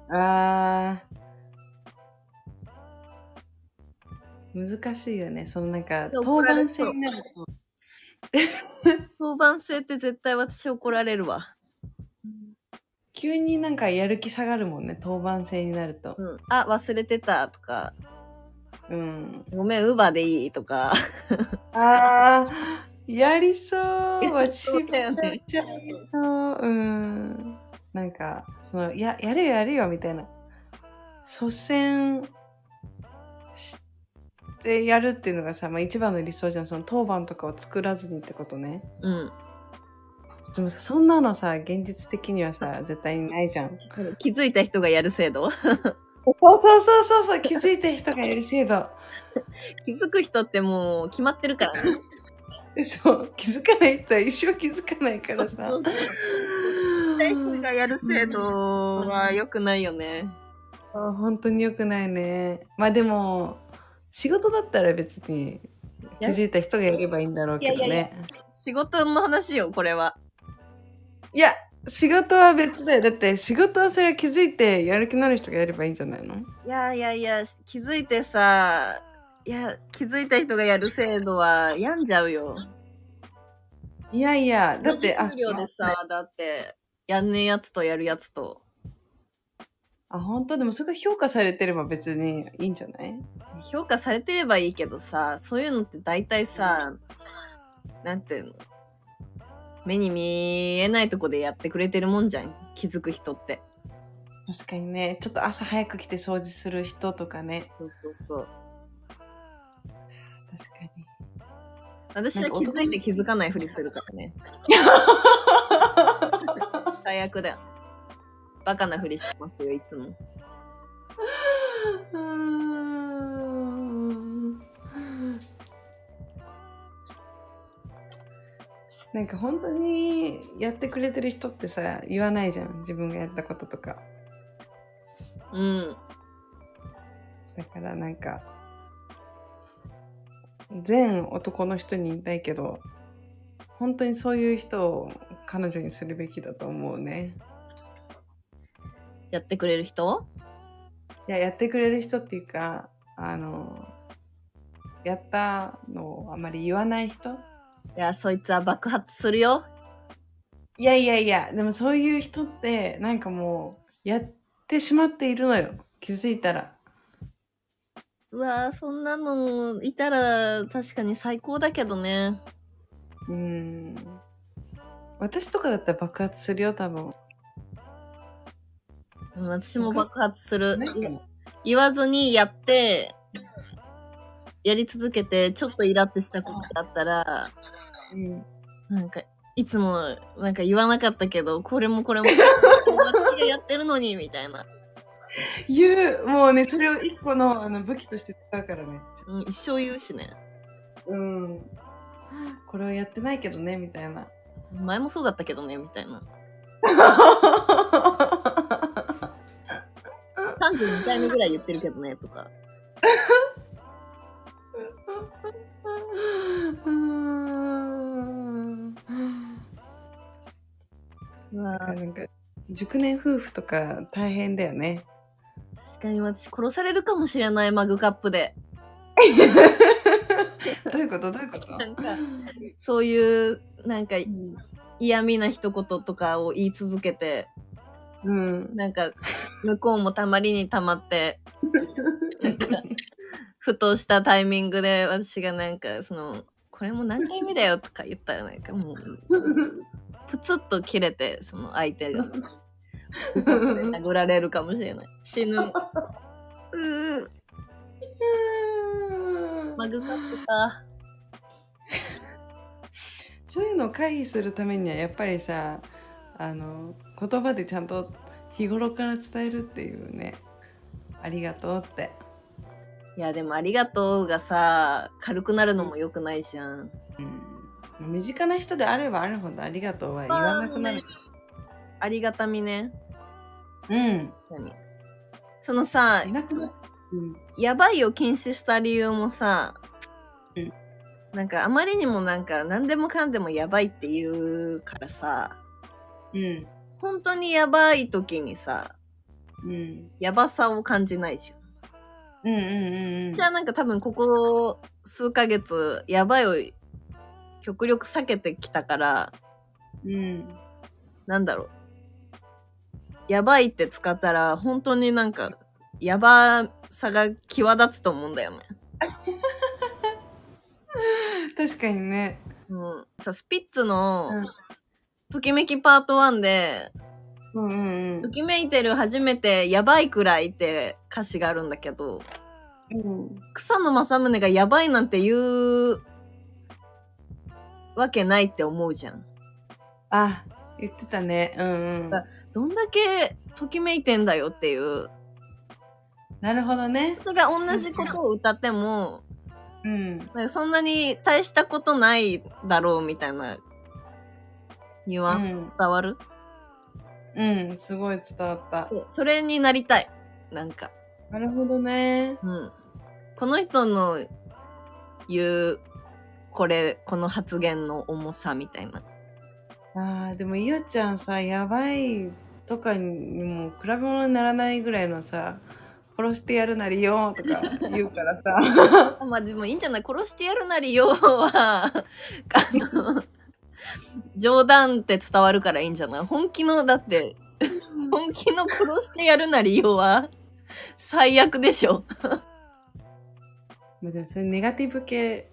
A: あー難しいよねそのなんか
B: で
A: 当
B: 怒られ
A: 番
B: そう
A: 制になると
B: 当番制って絶対私怒られるわ。
A: 急になんかやる気下がるもんね当番制になると
B: うん。あ、忘れてたとか、
A: うん
B: ごめん、ウーバーでいいとか。
A: あーやりそう
B: やり
A: 私
B: そう
A: も
B: だよね
A: やっちゃいそううんなんかそのややるよやるよみたいな率先してやるっていうのがさ、まあ、一番の理想じゃんその当番とかを作らずにってことね
B: うん。
A: でもさそんなのさ現実的には さ絶対にないじゃん
B: 気づいた人がやる制度。
A: そうそうそうそうそう気づいた人がやる制度
B: 気づく人ってもう決まってるから ね。
A: そう気づかない人は一生気づかないからさ
B: そうそうそうがやる
A: 制
B: 度
A: は
B: 良くないよね。
A: あ本当に良くないねまあでも仕事だったら別に気づいた人がやればいいんだろうけどねい
B: い
A: や
B: やいやい仕事の話よ、これは。
A: 仕事は別だよだって仕事はそれは気づいてやる気のある人がやればいいんじゃないの
B: いやいやいや、気づいてさ、いや、気づいた人がやる制度は病んじゃうよ。
A: いやいやだって
B: 同じ給料でさ、だって、 やんねえやつとやるやつと。
A: あ本当でもそれが評価されてれば別にいいんじゃない
B: 評価されてればいいけどさ、そういうのって大体さ、なんていうの目に見えないとこでやってくれてるもんじゃん。気づく人って。
A: 確かにねちょっと朝早く来て掃除する人とかね
B: そうそうそう。
A: 確かに
B: 私は気づいて気づかないふりするから ね。最悪だよ。バカなふりしてますよ、いつも。
A: うーんなんか本当にやってくれてる人ってさ言わないじゃん自分がやったこととか
B: うん。
A: だからなんか全男の人に言いたいけど本当にそういう人を彼女にするべきだと思うね
B: やってくれる人
A: いややってくれる人っていうかあのやったのをあまり言わない人
B: いや、そいつは爆発するよ。
A: いやいやいや、でもそういう人って、なんかもう、やってしまっているのよ。気づいたら。
B: うわーそんなのいたら確かに最高だけどね。
A: うーん。私とかだったら爆発するよ、多分。
B: うん私も爆発する。
A: なんか
B: い言わずにやって、やり続けて、ちょっとイラってしたことがあったら、
A: うん。
B: なんか、いつも、なんか言わなかったけど、これもこれも、私がやってるのに、みたいな。
A: 言う、もうね、それを一個のあの武器として使うからね。
B: うん、一生言うしね。
A: うん。これはやってないけどね、みたいな。
B: 前もそうだったけどね、みたいな。32回目ぐらい言ってるけどね、とか。
A: うーん。
B: うわ
A: あなんか、熟年夫婦とか大変だよね。
B: 確かに私殺されるかもしれない、マグカップで。
A: どういうことどういうこと
B: なんかそういう、なんか嫌味な一言とかを言い続けて、
A: うん。
B: なんか、向こうもたまりにたまって、なんか、ふとしたタイミングで私がなんか、その、これも何回目だよとか言ったらなんかもう、プツッと切れて、その相手が。殴られるかもしれない。死ぬ。うーマグカップか。
A: そういうのを回避するためにはやっぱりさあの言葉でちゃんと日頃から伝えるっていうねありがとうって
B: いや、でもありがとうがさ、軽くなるのも良くないじゃん。
A: ま身近な人であればあるほどありがとうは言わなくなる。
B: ありがたみね。
A: うん。
B: 確かに。そのさ
A: い、なくなる。
B: やばいを禁止した理由もさ、
A: うん
B: なんかあまりにもなんか何でもかんでもやばいって言うからさ、
A: うん。
B: 本当にやばい時にさ、
A: うん。
B: やばさを感じないじゃん。
A: うんうんうんうん。
B: 私はなんか多分ここ数ヶ月、やばいを極力避けてきたから、
A: うん。
B: なんだろう。やばいって使ったら、本当になんか、やばさが際立つと思うんだよね。
A: 確かにね。
B: うん。さ、スピッツの
A: うん、
B: ときめきパート1で、
A: うんうん
B: ときめいてる初めてやばいくらいって歌詞があるんだけど、
A: うん。
B: 草野正宗がやばいなんて言うわけないって思うじゃん。
A: あ、言ってたね。うんうん。
B: あどんだけときめいてんだよっていう。
A: なるほどね。
B: それが同じことを歌っても、
A: うん。
B: なんかそんなに大したことないだろうみたいなニュア
A: うん
B: ンス伝わる、
A: うん、すごい伝わった。
B: そうそれになりたい。なんか。
A: なるほどね。
B: うん。この人の言う、これ、この発言の重さみたいな。
A: ああ、でも、いよちゃんさ、やばいとかにも比べ物にならないぐらいのさ、殺してやるなりよとか言うからさ。
B: まあでもいいんじゃない殺してやるなりよは、あの、冗談って伝わるからいいんじゃない本気の、だって、本気の殺してやるなりよは、最悪でしょ。
A: まあでもそれネガティブ系。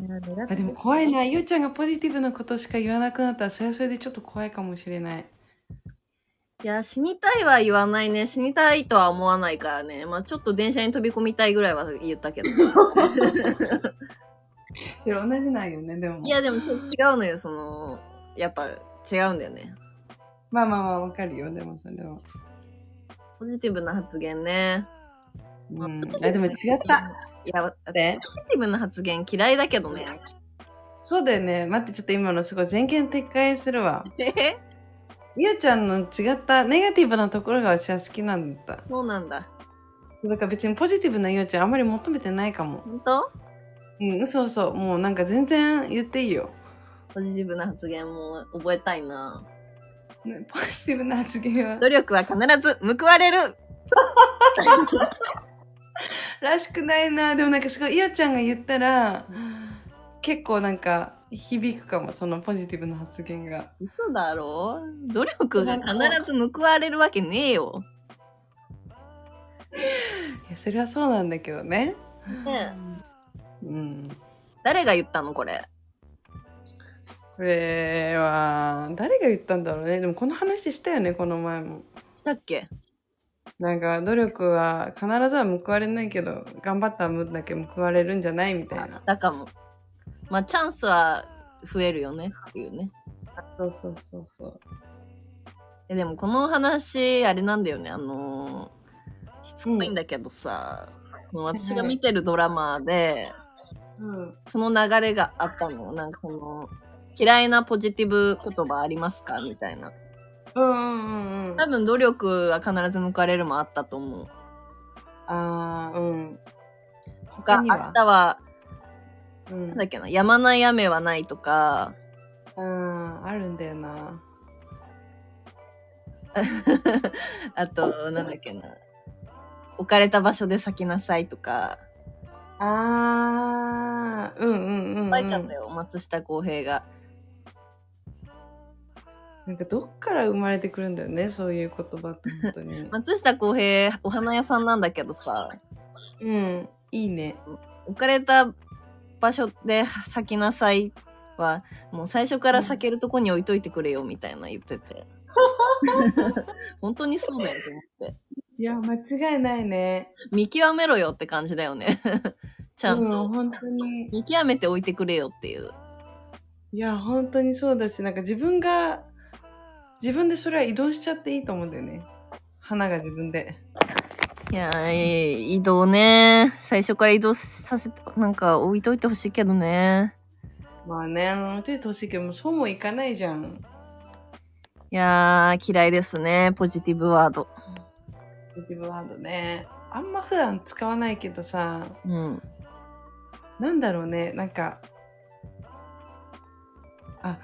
A: あ
B: あ
A: でも怖いな。いよちゃんがポジティブなことしか言わなくなったら、それはそれでちょっと怖いかもしれない。
B: いや、死にたいは言わないね。死にたいとは思わないからね。まあちょっと電車に飛び込みたいぐらいは言ったけど。
A: それ同じなんよね、でも。
B: いや、でもちょっと違うのよ。その、やっぱ違うんだよね。
A: まあまあまあ、わかるよ、でもそれは。
B: ポジティブな発言ね。
A: うん、あでも違った。。
B: いや、ポジ
A: で
B: ティブな発言嫌いだけどね。
A: そうだよね。待って、ちょっと今のすごい全言撤回するわ。
B: え
A: ゆうちゃんの違ったネガティブなところが私は好きなんだった。
B: そうなんだ。
A: そうだから別にポジティブなゆうちゃんあんまり求めてないかも。
B: 本当
A: うん、そうそう。もうなんか全然言っていいよ。
B: ポジティブな発言も覚えたいな。
A: ねポジティブな発言は
B: 努力は必ず報われる
A: らしくないな。でもなんかすごいゆうちゃんが言ったら結構なんか響くかも、そのポジティブな発言が。
B: 嘘だろ努力が必ず報われるわけねえよ。
A: いや、それはそうなんだけどね。
B: ね
A: うん。
B: 誰が言ったのこれ。
A: これは誰が言ったんだろうね。でもこの話したよね、この前も。
B: したっけ
A: なんか努力は必ずは報われないけど頑張った分だけ報われるんじゃないみたいな
B: し
A: そ
B: たかも。まあ、チャンスは増えるよねっていうね。
A: うそうそうそう
B: えでもこの話、あれなんだよね。あのーしつこいんだけどさ、その私が見てるドラマで、
A: うん
B: その流れがあったの。なんかこの、嫌いなポジティブ言葉ありますかみたいな。
A: うんうんうん
B: 多分努力は必ず報われるもあったと思う。
A: あーうん
B: が、
A: 他に
B: 明
A: は
B: 日は、
A: うん
B: なんだっけな、やまない雨はないとか、
A: うんあるんだよな
B: あと、なんだっけな、置かれた場所で咲きなさいとか、
A: あーうんうんうん、うん、
B: 書いてあったよ、松下洸平が。
A: なんかどっから生まれてくるんだよねそういう言葉って本当 に
B: 松下洸平、お花屋さんなんだけどさ、
A: うんいいね
B: 置かれた場所で咲きなさいは、もう最初から咲けるとこに置いといてくれよ、みたいな言ってて。本当にそうだよと思って。
A: いや間違いないね
B: 見極めろよって感じだよね。 ちゃん
A: うん
B: と。
A: 本当に
B: 見極めて置いてくれよっていう。
A: いや本当にそうだしなんか自分が自分でそれは移動しちゃっていいと思うんだよね花が自分で
B: いやー、えー移動ね。最初から移動させて、なんか置いといてほしいけどね。
A: まあね、置いといてほしいけど、もうそうもいかないじゃん。
B: いやー、嫌いですね。ポジティブワード。
A: ポジティブワードね。あんま普段使わないけどさ、
B: うん。
A: なんだろうね、なんか、あ、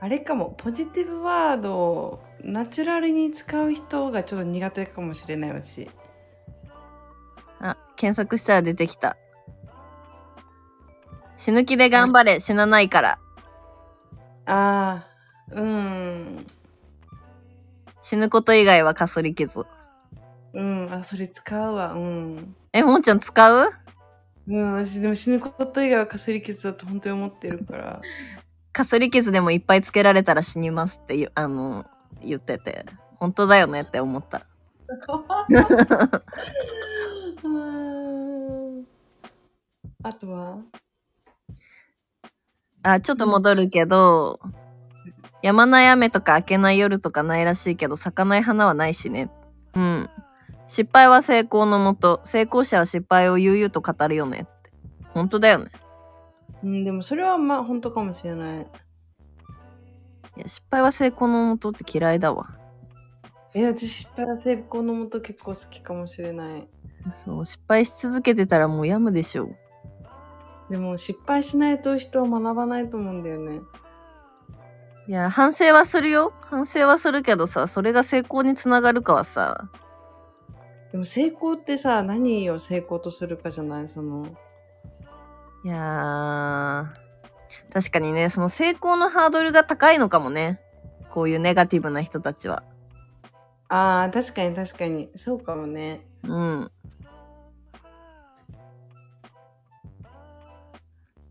A: あれかも、ポジティブワードをナチュラルに使う人がちょっと苦手かもしれない私。
B: あ、検索したら出てきた。死ぬ気で頑張れ。死なないから。
A: ああ、うん、
B: 死ぬこと以外はかすり傷。
A: うん、あ、それ使うわ、うん。
B: え、もんちゃん使う
A: うん、私でも死ぬこと以外はかすり傷だと本当に思ってるから。
B: かすり傷でもいっぱいつけられたら死にますっていう、あの、言ってて。本当だよねって思った。
A: うんあとは
B: あ、ちょっと戻るけど、やまない雨とか明けない夜とかないらしいけど、咲かない花はないしね。うん。失敗は成功のもと、成功者は失敗を悠々と語るよねって。本当だよね。
A: うん、でもそれはまあ本当かもしれない。
B: いや、失敗は成功のもとって嫌いだわ。
A: え、私失敗は成功のもと結構好きかもしれない。
B: そう、失敗し続けてたらもう病むでしょう。
A: でも失敗しないと人は学ばないと思うんだよね。
B: いや、反省はするよ。反省はするけどさ、それが成功につながるかはさ、
A: でも成功ってさ、何を成功とするかじゃないその。
B: いやー、確かにね、その成功のハードルが高いのかもね。こういうネガティブな人たちは。
A: ああ、確かに確かに。そうかもね。
B: うん。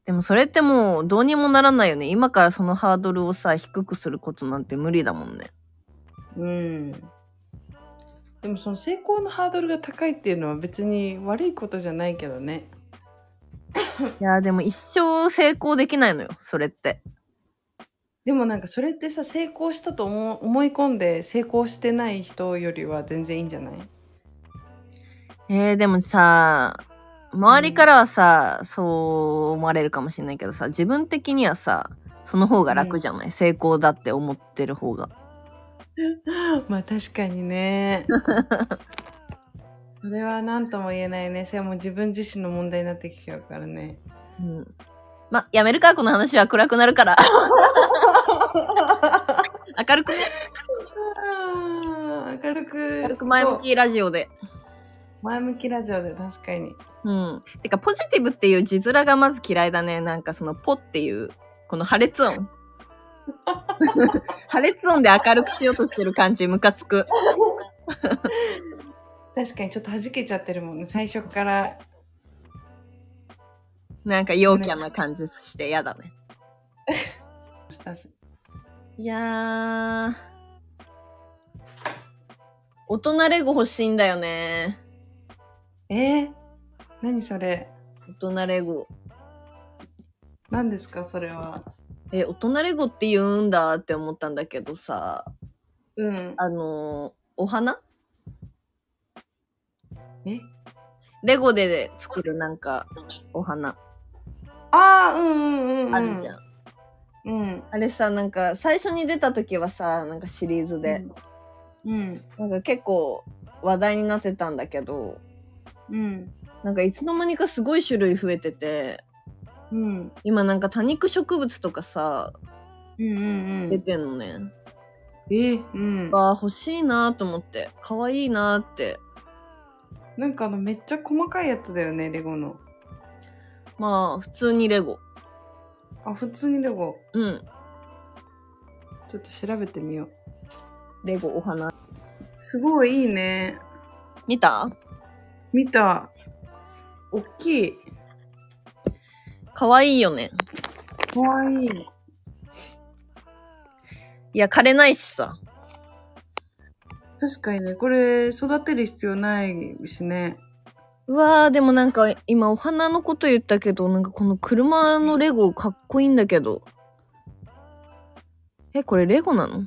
B: でもそれってもうどうにもならないよね。今からそのハードルをさ、低くすることなんて無理だもんね。
A: うん。でもその成功のハードルが高いっていうのは別に悪いことじゃないけどね。
B: いやーでも一生成功できないのよ、それって。
A: でもなんかそれってさ、成功したと思う思い込んで成功してない人よりは全然いいんじゃ ない
B: えー、でもさ、周りからはさ、そう思われるかもしれないけどさ、自分的にはさ、その方が楽じゃない、成功だって思ってる方が。
A: まあ確かにね。 それは何とも言えないね。それはもう自分自身の問題になってきちゃうからね。
B: うん。ま、やめるか、この話は暗くなるから。明るくね、
A: あー明るく
B: 明るく前向きラジオで。
A: 前向きラジオで確かに
B: うん。てか、ポジティブっていう字面がまず嫌いだね。なんかその、ポっていう、この破裂 音。破裂音で明るくしようとしてる感じ、ムカつく。
A: 確かにちょっと弾けちゃってるもんね最初から
B: なんか陽キャな感じして嫌だね。 いやー。大人レゴ欲しいんだよね。
A: えー、何それ
B: 大人レゴ。
A: 何ですかそれは
B: え、大人レゴって言うんだって思ったんだけどさ、
A: うん
B: あのーお花
A: え
B: レゴで作るなんか、お花
A: ああうんうんうんうん
B: あるじゃん。
A: うん
B: あれさ、なんか最初に出た時はさ、なんかシリーズで、
A: うん
B: なんか結構話題になってたんだけど、
A: うん
B: なんかいつの間にかすごい種類増えてて、
A: うん
B: 今なんか多肉植物とかさ、
A: うんうんう
B: 出
A: ん
B: てんのね。
A: えー、うん
B: わあ、欲しいなと思って、可愛いなって。
A: なんかあのめっちゃ細かいやつだよねレゴの
B: まあ、普通にレゴ。
A: あ普通にレゴ
B: うん。
A: ちょっと調べてみよう
B: レゴお花。
A: すごいいいね
B: 見た
A: 見た大きい
B: 可愛いよね。
A: かわいい
B: いや、枯れないしさ。
A: 確かにね、これ育てる必要ないしね。
B: うわー、でもなんか今お花のこと言ったけど、なんかこの車のレゴかっこいいんだけど。え、これレゴなの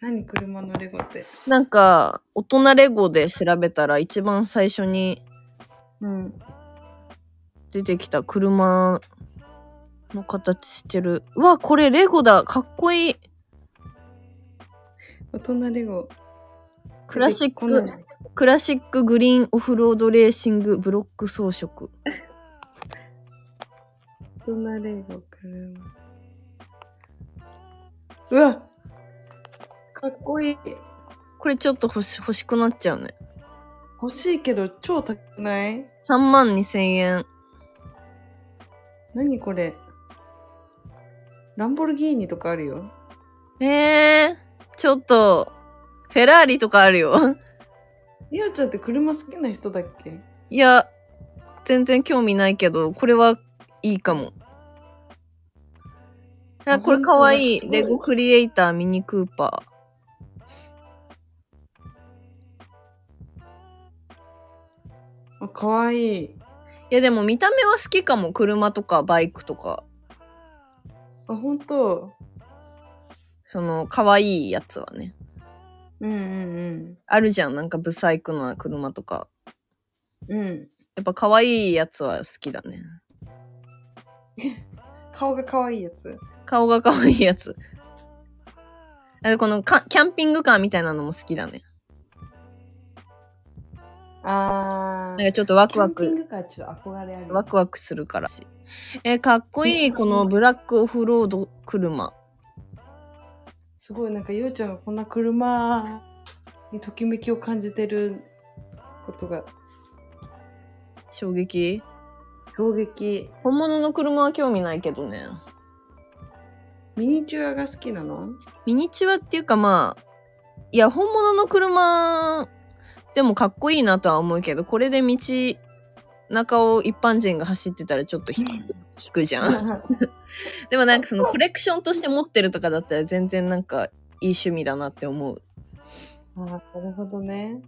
A: 何車のレゴって。
B: なんか、大人レゴで調べたら一番最初に
A: うん。
B: 出てきた車の形してる。うわ、これレゴだ。かっこいい。
A: 大人レゴ。
B: クラシック
A: 出てこない
B: クラシックグリーンオフロードレーシングブロック装飾。
A: 大人レゴ、車。うわかっこいい。
B: これちょっと欲し欲しくなっちゃうね。
A: 欲しいけど超高くない
B: 3万2千円。
A: 何これランボルギーニとかあるよ。
B: えー、ちょっと、フェラーリとかあるよ。
A: みおちゃんって車好きな人だっけ
B: いや、全然興味ないけど、これはいいかも。あ、これかわい
A: 本当だす
B: い。
A: ごい
B: レゴクリエイターミニクーパ
A: あ、かわいい。
B: ー。いや、でも見た目は好きかも。車とかバイクとか。
A: あ、ほんと。
B: その、かわいいやつはね。
A: うんうん
B: あるじゃん。なんかブサイクな車とか。
A: うん。うん。
B: やっぱ可愛いやつは好きだね。
A: 顔がかわいいやつ。
B: 顔が可愛いやつ。あこのかキャンピングカーみたいなのも好きだね。
A: あ
B: なん
A: ー。
B: かちょっとワク
A: キャ
B: ワ
A: ンピン
B: ク、
A: グカーちょっと憧れある。
B: ワクワクするからし。えーかっこいい、このブラックオフロード車。
A: すごい、なんかゆうちゃんがこんな車にときめきを感じてることが
B: 衝撃。
A: 衝撃。
B: 本物の車は興味ないけどね。
A: ミニチュアが好きなの
B: ミニチュアっていうかまあ、いや、本物の車でもかっこいいなとは思うけど、これで道、中を一般人が走ってたらちょっと引く引く じゃん。でもなんかそのコレクションとして持ってるとかだったら全然なんかいい趣味だなって思う。
A: あーなるほどね。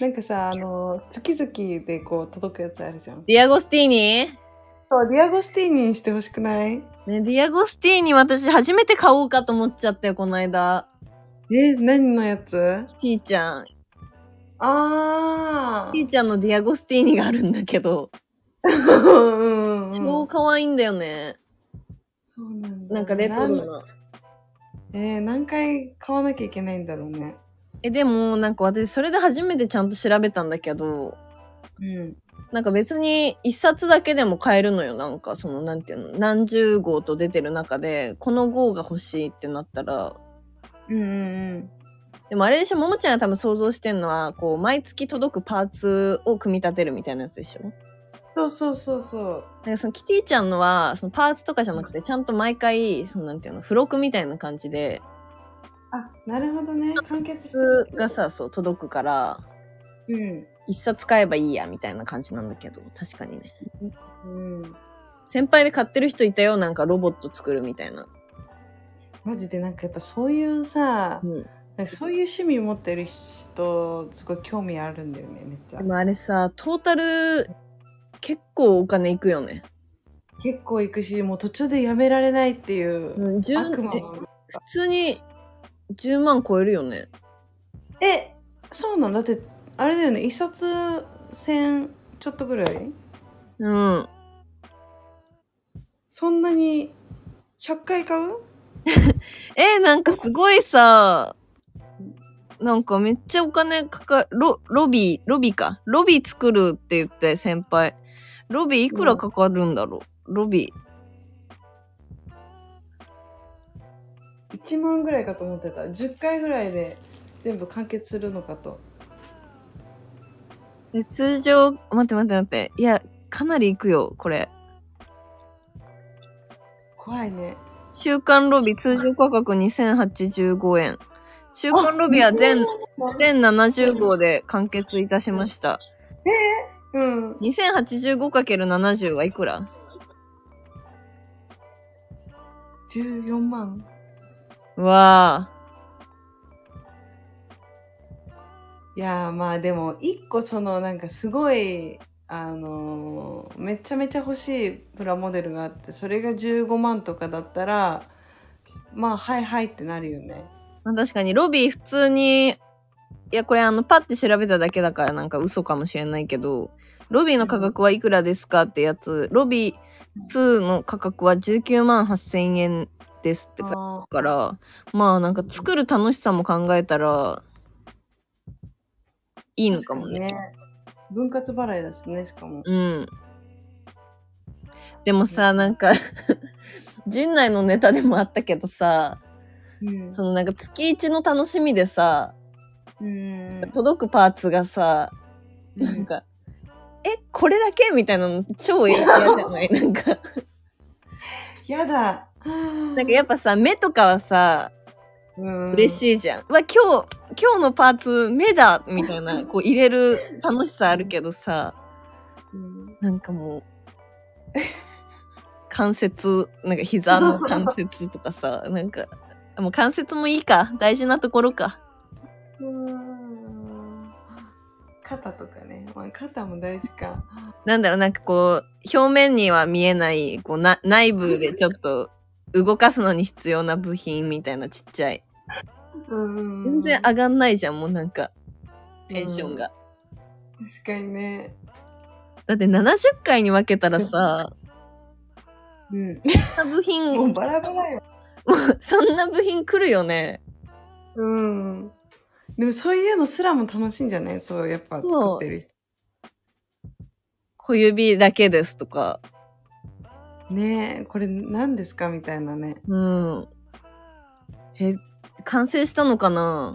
A: なんかさ、あの、月々でこう届くやつあるじゃん。
B: ディアゴスティーニ
A: そう、ディアゴスティーニにしてほしくない
B: ね、ディアゴスティーニ私初めて買おうかと思っちゃったよ、この間。
A: え、何のやつ
B: キティちゃん。キ
A: あ
B: ティちゃんのディアゴスティーニがあるんだけど、
A: うんうん
B: 超可愛いんだよね。
A: そうなんだ。
B: なんかレトロな。
A: えー何回買わなきゃいけないんだろうね。
B: え、でもなんか私それで初めてちゃんと調べたんだけど、
A: うん。
B: なんか別に一冊だけでも買えるのよ。なんかその、なんていうの、何十号と出てる中で、この号が欲しいってなったら、
A: うんうん
B: でもあれでしょ、ももちゃんが多分想像してんのは、こう、毎月届くパーツを組み立てるみたいなやつでしょなん
A: うん。そうそうそうそう。
B: かそのキティちゃんのは、そのパーツとかじゃなくて、ちゃんと毎回、そのなんていうの、付録みたいな感じで、
A: あ、なるほどね。完結
B: 普通がさ、そう、届くから、
A: うん。
B: 一冊買えばいいや、みたいな感じなんだけど、確かにね。
A: うん。
B: 先輩で買ってる人いたよ、なんかロボット作るみたいな。
A: マジでなんかやっぱそういうさ、
B: うん。
A: なんかそういう趣味持ってる人、すごい興味あるんだよね、めっちゃ
B: で。もあれさ、トータル、結構お金いくよね。
A: 結構行くし、もう途中でやめられないっていう。
B: うん、10
A: 悪魔
B: え
A: の
B: 普通に10万超えるよね。
A: えそうなんだってあれだよね一冊千ちょっとぐらい
B: うん。
A: そんなに100回買う
B: え、なんかすごいさ、なんかめっちゃお金かかロ、ロビー、ロビーか。ロビー作るって言って、先輩。ロビーいくらかかるんだろう、ロビー。
A: 1万ぐらいかと思ってた10回ぐらいで全部完結するのかと
B: で通常、待って待って待って。いや、かなりいくよ、これ。
A: 怖いね
B: 週刊ロビー通常価格2085円。週刊ロビーは全、全70号で完結いたしました。
A: うん
B: 2085×70 はいくら
A: 14万
B: うわあ。
A: いやーまあでも一個そのなんかすごいあのーめちゃめちゃ欲しいプラモデルがあってそれが15万とかだったらまあはいはいってなるよね
B: まあ確かにロビー普通にいやこれあのパッて調べただけだからなんか嘘かもしれないけどロビーの価格はいくらですかってやつロビー2の価格は19万8000円ですって書いてあるからまあなんか作る楽しさも考えたらいいのかもね
A: 確かにね分割払いだしね、しかも。
B: うんでもさなんか 陣内のネタでもあったけどさ
A: うん
B: そのなんか月一の楽しみでさ
A: うん。
B: 届くパーツがさなんか、え、これだけみたいなの超嫌嫌じ ゃないなんか、
A: やだ。
B: なんかやっぱさ、目とかはさ、
A: うん
B: 嬉しいじゃん。うわ、今日、今日のパーツ、目だみたい な、こう入れる楽しさあるけどさ、
A: うん
B: なんかもう、関節、なんか膝の関節とかさ、なんか、もう関節もいいか。大事なところか。
A: うん肩とかね。まあ、肩も大事か。
B: なんだろう、なんかこう、表面には見えない、こう、な内部でちょっと、動かすのに必要な部品みたいなちっちゃい。
A: うん。
B: 全然上がんないじゃんもうなんかテンションが、
A: 確かにね。
B: だって70回に分けたらさ
A: うん。
B: そんな部
A: もう
B: 品
A: バラバラよ。
B: そんな部品来るよね
A: うん。でもそういうのすらも楽しいんじゃないそう、やっぱ作
B: そう
A: ってる人。
B: 小指だけですとか
A: ねえ、これ何ですかみたいなね。
B: うんえ完成したのかな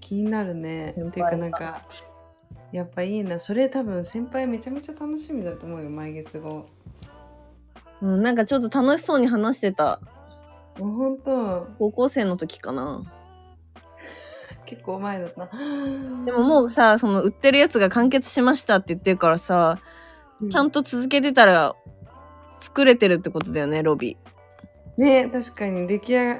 A: 気になるね。
B: 先輩
A: っていうかなんか、やっぱいいな。それ多分先輩めちゃめちゃ楽しみだと思うよ、毎月後。
B: うん、なんかちょっと楽しそうに話してた
A: もうほんと、
B: 高校生の時かな
A: 結構前だった。
B: でももうさその売ってるやつが完結しましたって言ってるからさ
A: う
B: ちゃんと続けてたら作れてるってことだよねロビー
A: ね確かに出来上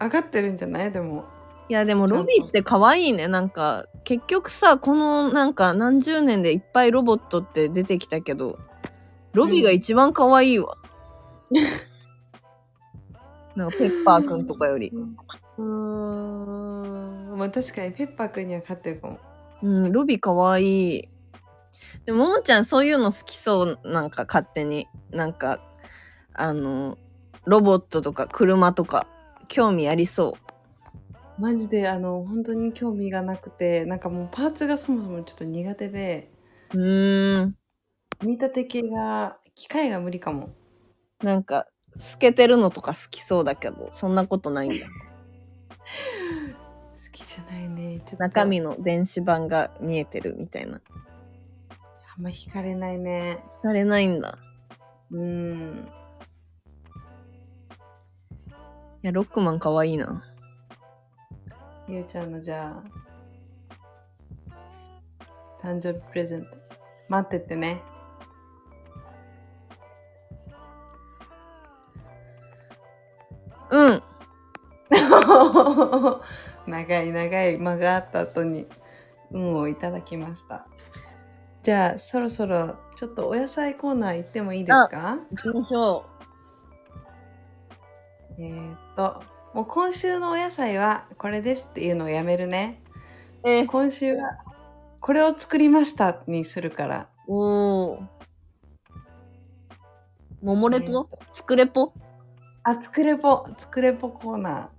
A: がってるんじゃないでも。
B: いやでも
A: ちゃん
B: ロ
A: と
B: ビーって可愛いねなんか結局さこのなんか何十年でいっぱいロボットって出てきたけどロビーが一番可愛いわ、なんかペッパーくんとかより
A: うーん。まあ確かにペッパーくんには勝ってるかも。
B: うんロビー可愛いでもももちゃんそういうの好きそうなんか勝手になんかあのロボットとか車とか興味ありそ
A: マジであの本当に興味がなくてなんかもうパーツがそもそもちょっと苦手で
B: ううーん
A: 組み立て系が機械が無理かも
B: なんか透けてるのとか好きそうだけどそんなことないん だ
A: 好きじゃないねちょっと
B: 中身
A: あ
B: の電子版が見えてるみたいな。
A: んま惹かれないね
B: 聞かれないんだ。
A: うん
B: いや、ロックマンかわいいな。
A: ゆうちゃんのじゃあ誕生日プレゼント待ってってね
B: うん。
A: 長い長い間があった後に運をいただきましたじゃあそろそろちょっとお野菜コーナー行ってもいいですか
B: 行きましょ
A: えーっともう今週のお野菜はこれですっていうのをやめるね
B: う。え、
A: 今週はこれを作りましたにするから
B: おー。ももレ
A: えーっ
B: ポ
A: と
B: つくれぽ
A: あ作れぽ作れぽコーナ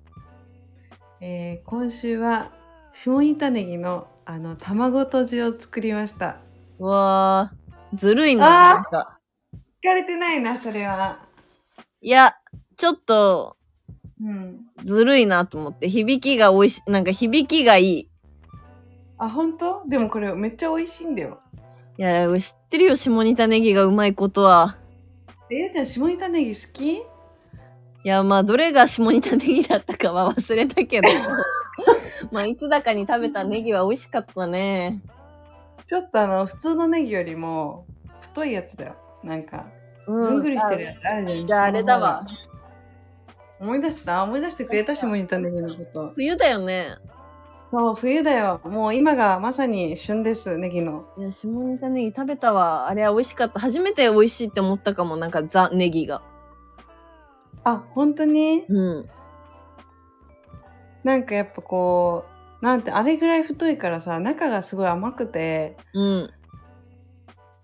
A: ー、えー今週は下板ネギのあの卵とじを作りました
B: うわー。ずるいな。
A: あー
B: なんか。
A: 聞かれてないなそれはい
B: や、ちょっと、
A: うん
B: ずるいなと思って。響きがおいし、なんか響きがいい。い
A: あ本当でもこれめっちゃ美味しいんだよ
B: や、知ってるよ、下仁田ネギがうまいことは。
A: えゆうちゃん下板ネギ好き
B: いや、まあ、どれが下仁田ネギだったかは忘れた けど。まあ、いつだかに食べたネギは美味しかったね。
A: ちょっとあの普通のネギよりも太いやつだよなんか
B: う
A: ずんぐりしてるやつあるじゃん。
B: じゃああれだわ。。
A: 思い出した思い出してくれたしも言ったんだけどこと。
B: 冬だよね。
A: そう、冬だよ。もう今がまさに旬です、ネギの。
B: いや、下仁田ネギ食べたわ。あれは美味しかった。初めて美味しいって思ったかも。なんかザネギが。
A: あ、本当に
B: うん。
A: なんかやっぱこうなんてあれぐらい太いからさ中がすごい甘くて
B: うん。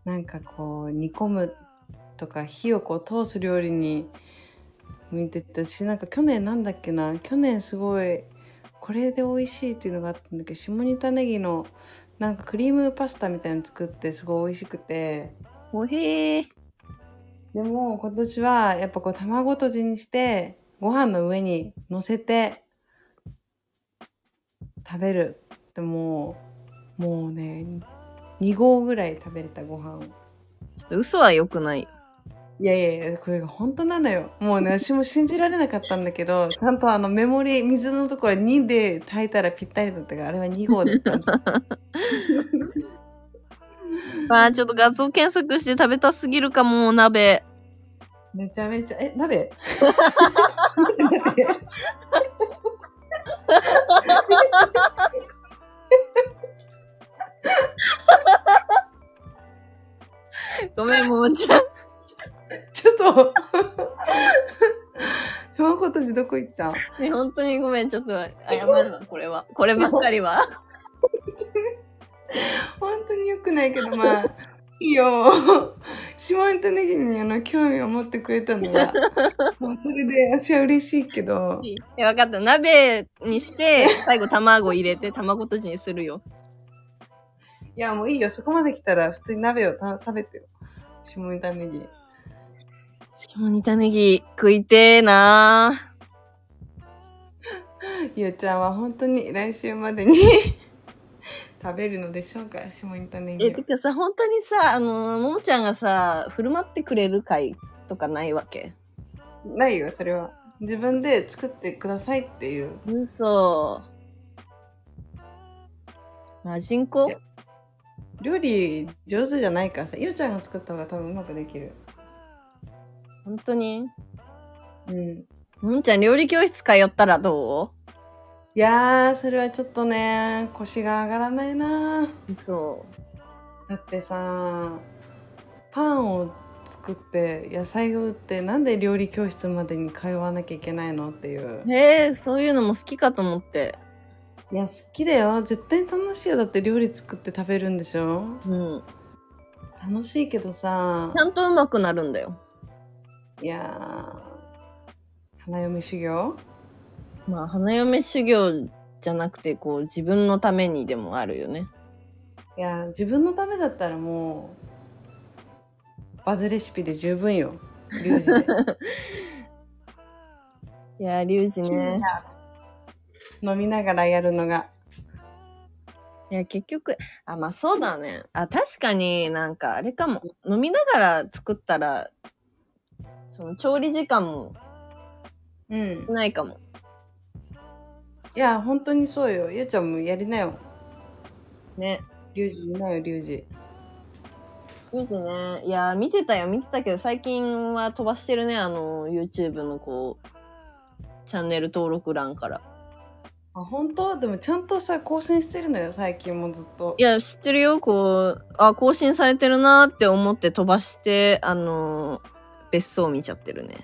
A: なんかこう煮込むとか火をこう通す料理に向いてたしなんか去年なんだっけな去年すごいこれで美味しいっていうのがあったんだけど下仁田ネギのなんかクリームパスタみたいの作ってすごい美味しくて
B: おへえ。
A: でも今年はやっぱこう卵とじにしてご飯の上に乗せて食べるでもうもうね2合ぐらい食べれたご飯を
B: ちょっと嘘は良くない。
A: いやいやいやこれが本当なのよもうね私も信じられなかったんだけどちゃんとあのメモリ水のところ2で炊いたらぴったりだったからあれは2合だったんです
B: あーちょっと画像検索して食べたすぎるかも、鍋。
A: めちゃめちゃえ鍋
B: ごめん、ももちゃん。
A: ちょっと卵とじどこ行った
B: ね、本当にごめん、ちょっと謝るわ、これは。こればっかりは。
A: 本当に良くないけどまあいいよ下ネタネギにあの興味を持ってくれたのはまあそれで私は嬉しいけど
B: いや、分かった。鍋に して、最後卵入れて、卵とじにするよ。
A: いやもういいよそこまで来たら普通に鍋をた食べてよ下ネタネギ
B: 下仁田ネギ食いてーな
A: ゆうちゃんは本当に来週までに 食べるのでしょうか下ネタネ
B: え、
A: ギを
B: てかさ、本当にさ、あのー、ももちゃんがさ、振る舞ってくれる会とかないわけ
A: ないよそれは自分で作ってくださいっていう
B: 嘘。マジンコ
A: いや料理上手じゃないからさゆうちゃんが作った方が多分うまくできる
B: 本当に
A: うん
B: ももちゃん料理教室通ったらど
A: いやーそれはちょっとね腰が上がらないなー
B: う嘘。
A: だってさパンを作って野菜を売ってなんで料理教室までに通わなきゃいけないのっていう
B: へえ、そういうのも好きかと思って。
A: いや好きだよ絶対楽しいよだって料理作って食べるんでしょ
B: うん。
A: 楽しいけどさ
B: ちゃんと上手くなるんだよ。
A: いやー花嫁修行
B: まあ、花嫁修行じゃなくて、こう、自分のためにでもあるよね。
A: いやー自分のためだったらもうバズレシピで十分 よリュウジで
B: いやー、リュウジね。
A: 飲みながらやるのが
B: いや、結局、あ、まあそうだね。あ、確かになんかあれかも。飲みながら作ったら、その調理時間も
A: うん
B: ないかも。
A: いやー本当にそうよゆうちゃんもやりなよ
B: ね。
A: リュウジいなよリュウジ
B: いいですね。いやー、見てたよ、見てたけど、最近は飛ばしてるね、あの、YouTube のこう、チャンネル登録欄から。
A: あ本当でもちゃんとさ更新してるのよ最近もずっと
B: いや、知ってるよ、こう、あ、更新されてるなーって思って飛ばして、あのー別荘見ちゃってるね。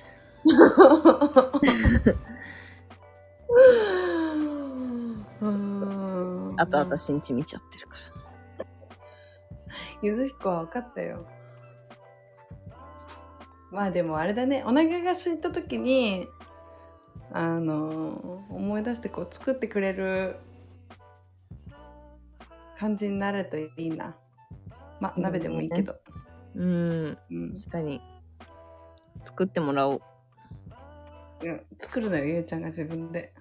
B: あと、
A: 私
B: 私んち見ちゃってるから。
A: ゆずひこは分かったよまあでもあれだねお腹が空いた時にあの思い出してこう作ってくれる感じになるといいなまあ
B: そうだね
A: 鍋でもいいけど、
B: うん。
A: うん
B: 確かに。作ってもらおう。
A: うん、作るのよゆうちゃんが自分で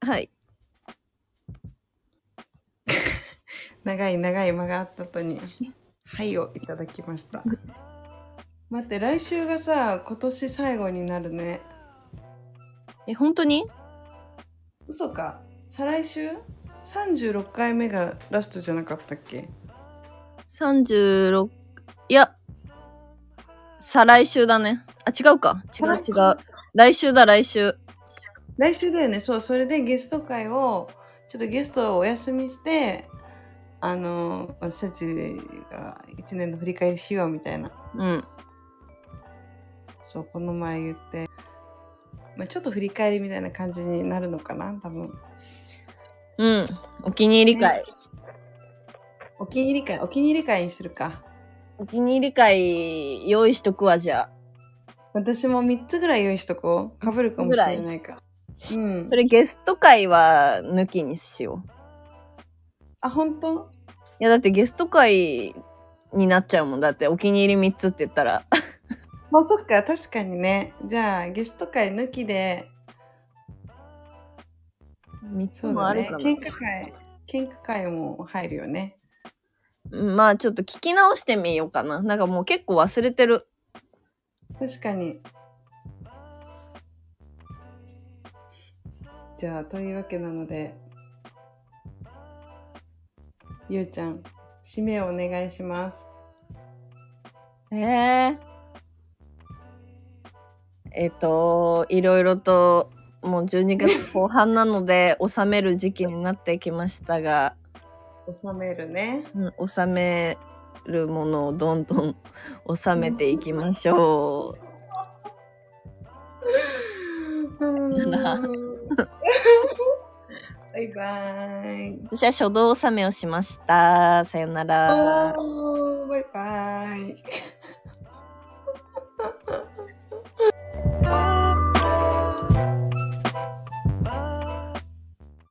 B: はい。
A: 長い長い間があった後に「はい」をいただきました待って来週がさ今年最後になるね
B: え、本当に
A: 嘘か再来週36回目がラストじゃなかったっけ
B: ?36、いや、再来週だね。あ、違うか。違う
A: 再来週
B: 違う。来週だ、来週。
A: 来週だよねそうそれでゲスト会をちょっとゲストをお休みしてあの私たちが1年の振り返りしようみたいな
B: うん。
A: そうこの前言って、まあ、ちょっと振り返りみたいな感じになるのかな多分
B: うん。お気に入り会。
A: お気に入り会お気に入り会にするか
B: お気に入り会用意しとくわ、じゃあ。
A: 私も3つぐらい用意しとこうかぶるかもしれないからうん
B: それゲスト会は抜きにしよう。
A: あ本当
B: いや、だってゲスト会になっちゃうもん。だってお気に入り3つって言った ら。
A: まあそっか確かにねじゃあゲスト会抜きで
B: 3つ
A: そう
B: も
A: だ
B: ある
A: ね
B: かな。
A: 喧嘩会喧嘩会も入るよね
B: うんまあちょっと聞き直してみようかな。なんかもう結構忘れてる。
A: 確かにじゃあというわけなのでゆうちゃん締めをお願いします
B: えええっ、と、いろいろと、もう12月後半なので、収める時期になってきましたが、
A: 収めるね
B: うん、収めるものをどんどん 収めていきましょ う。ら
A: Mm. バイバイ
B: 私は書
A: Oh,
B: 道納めをしました。さよなら。
A: おーバイバイ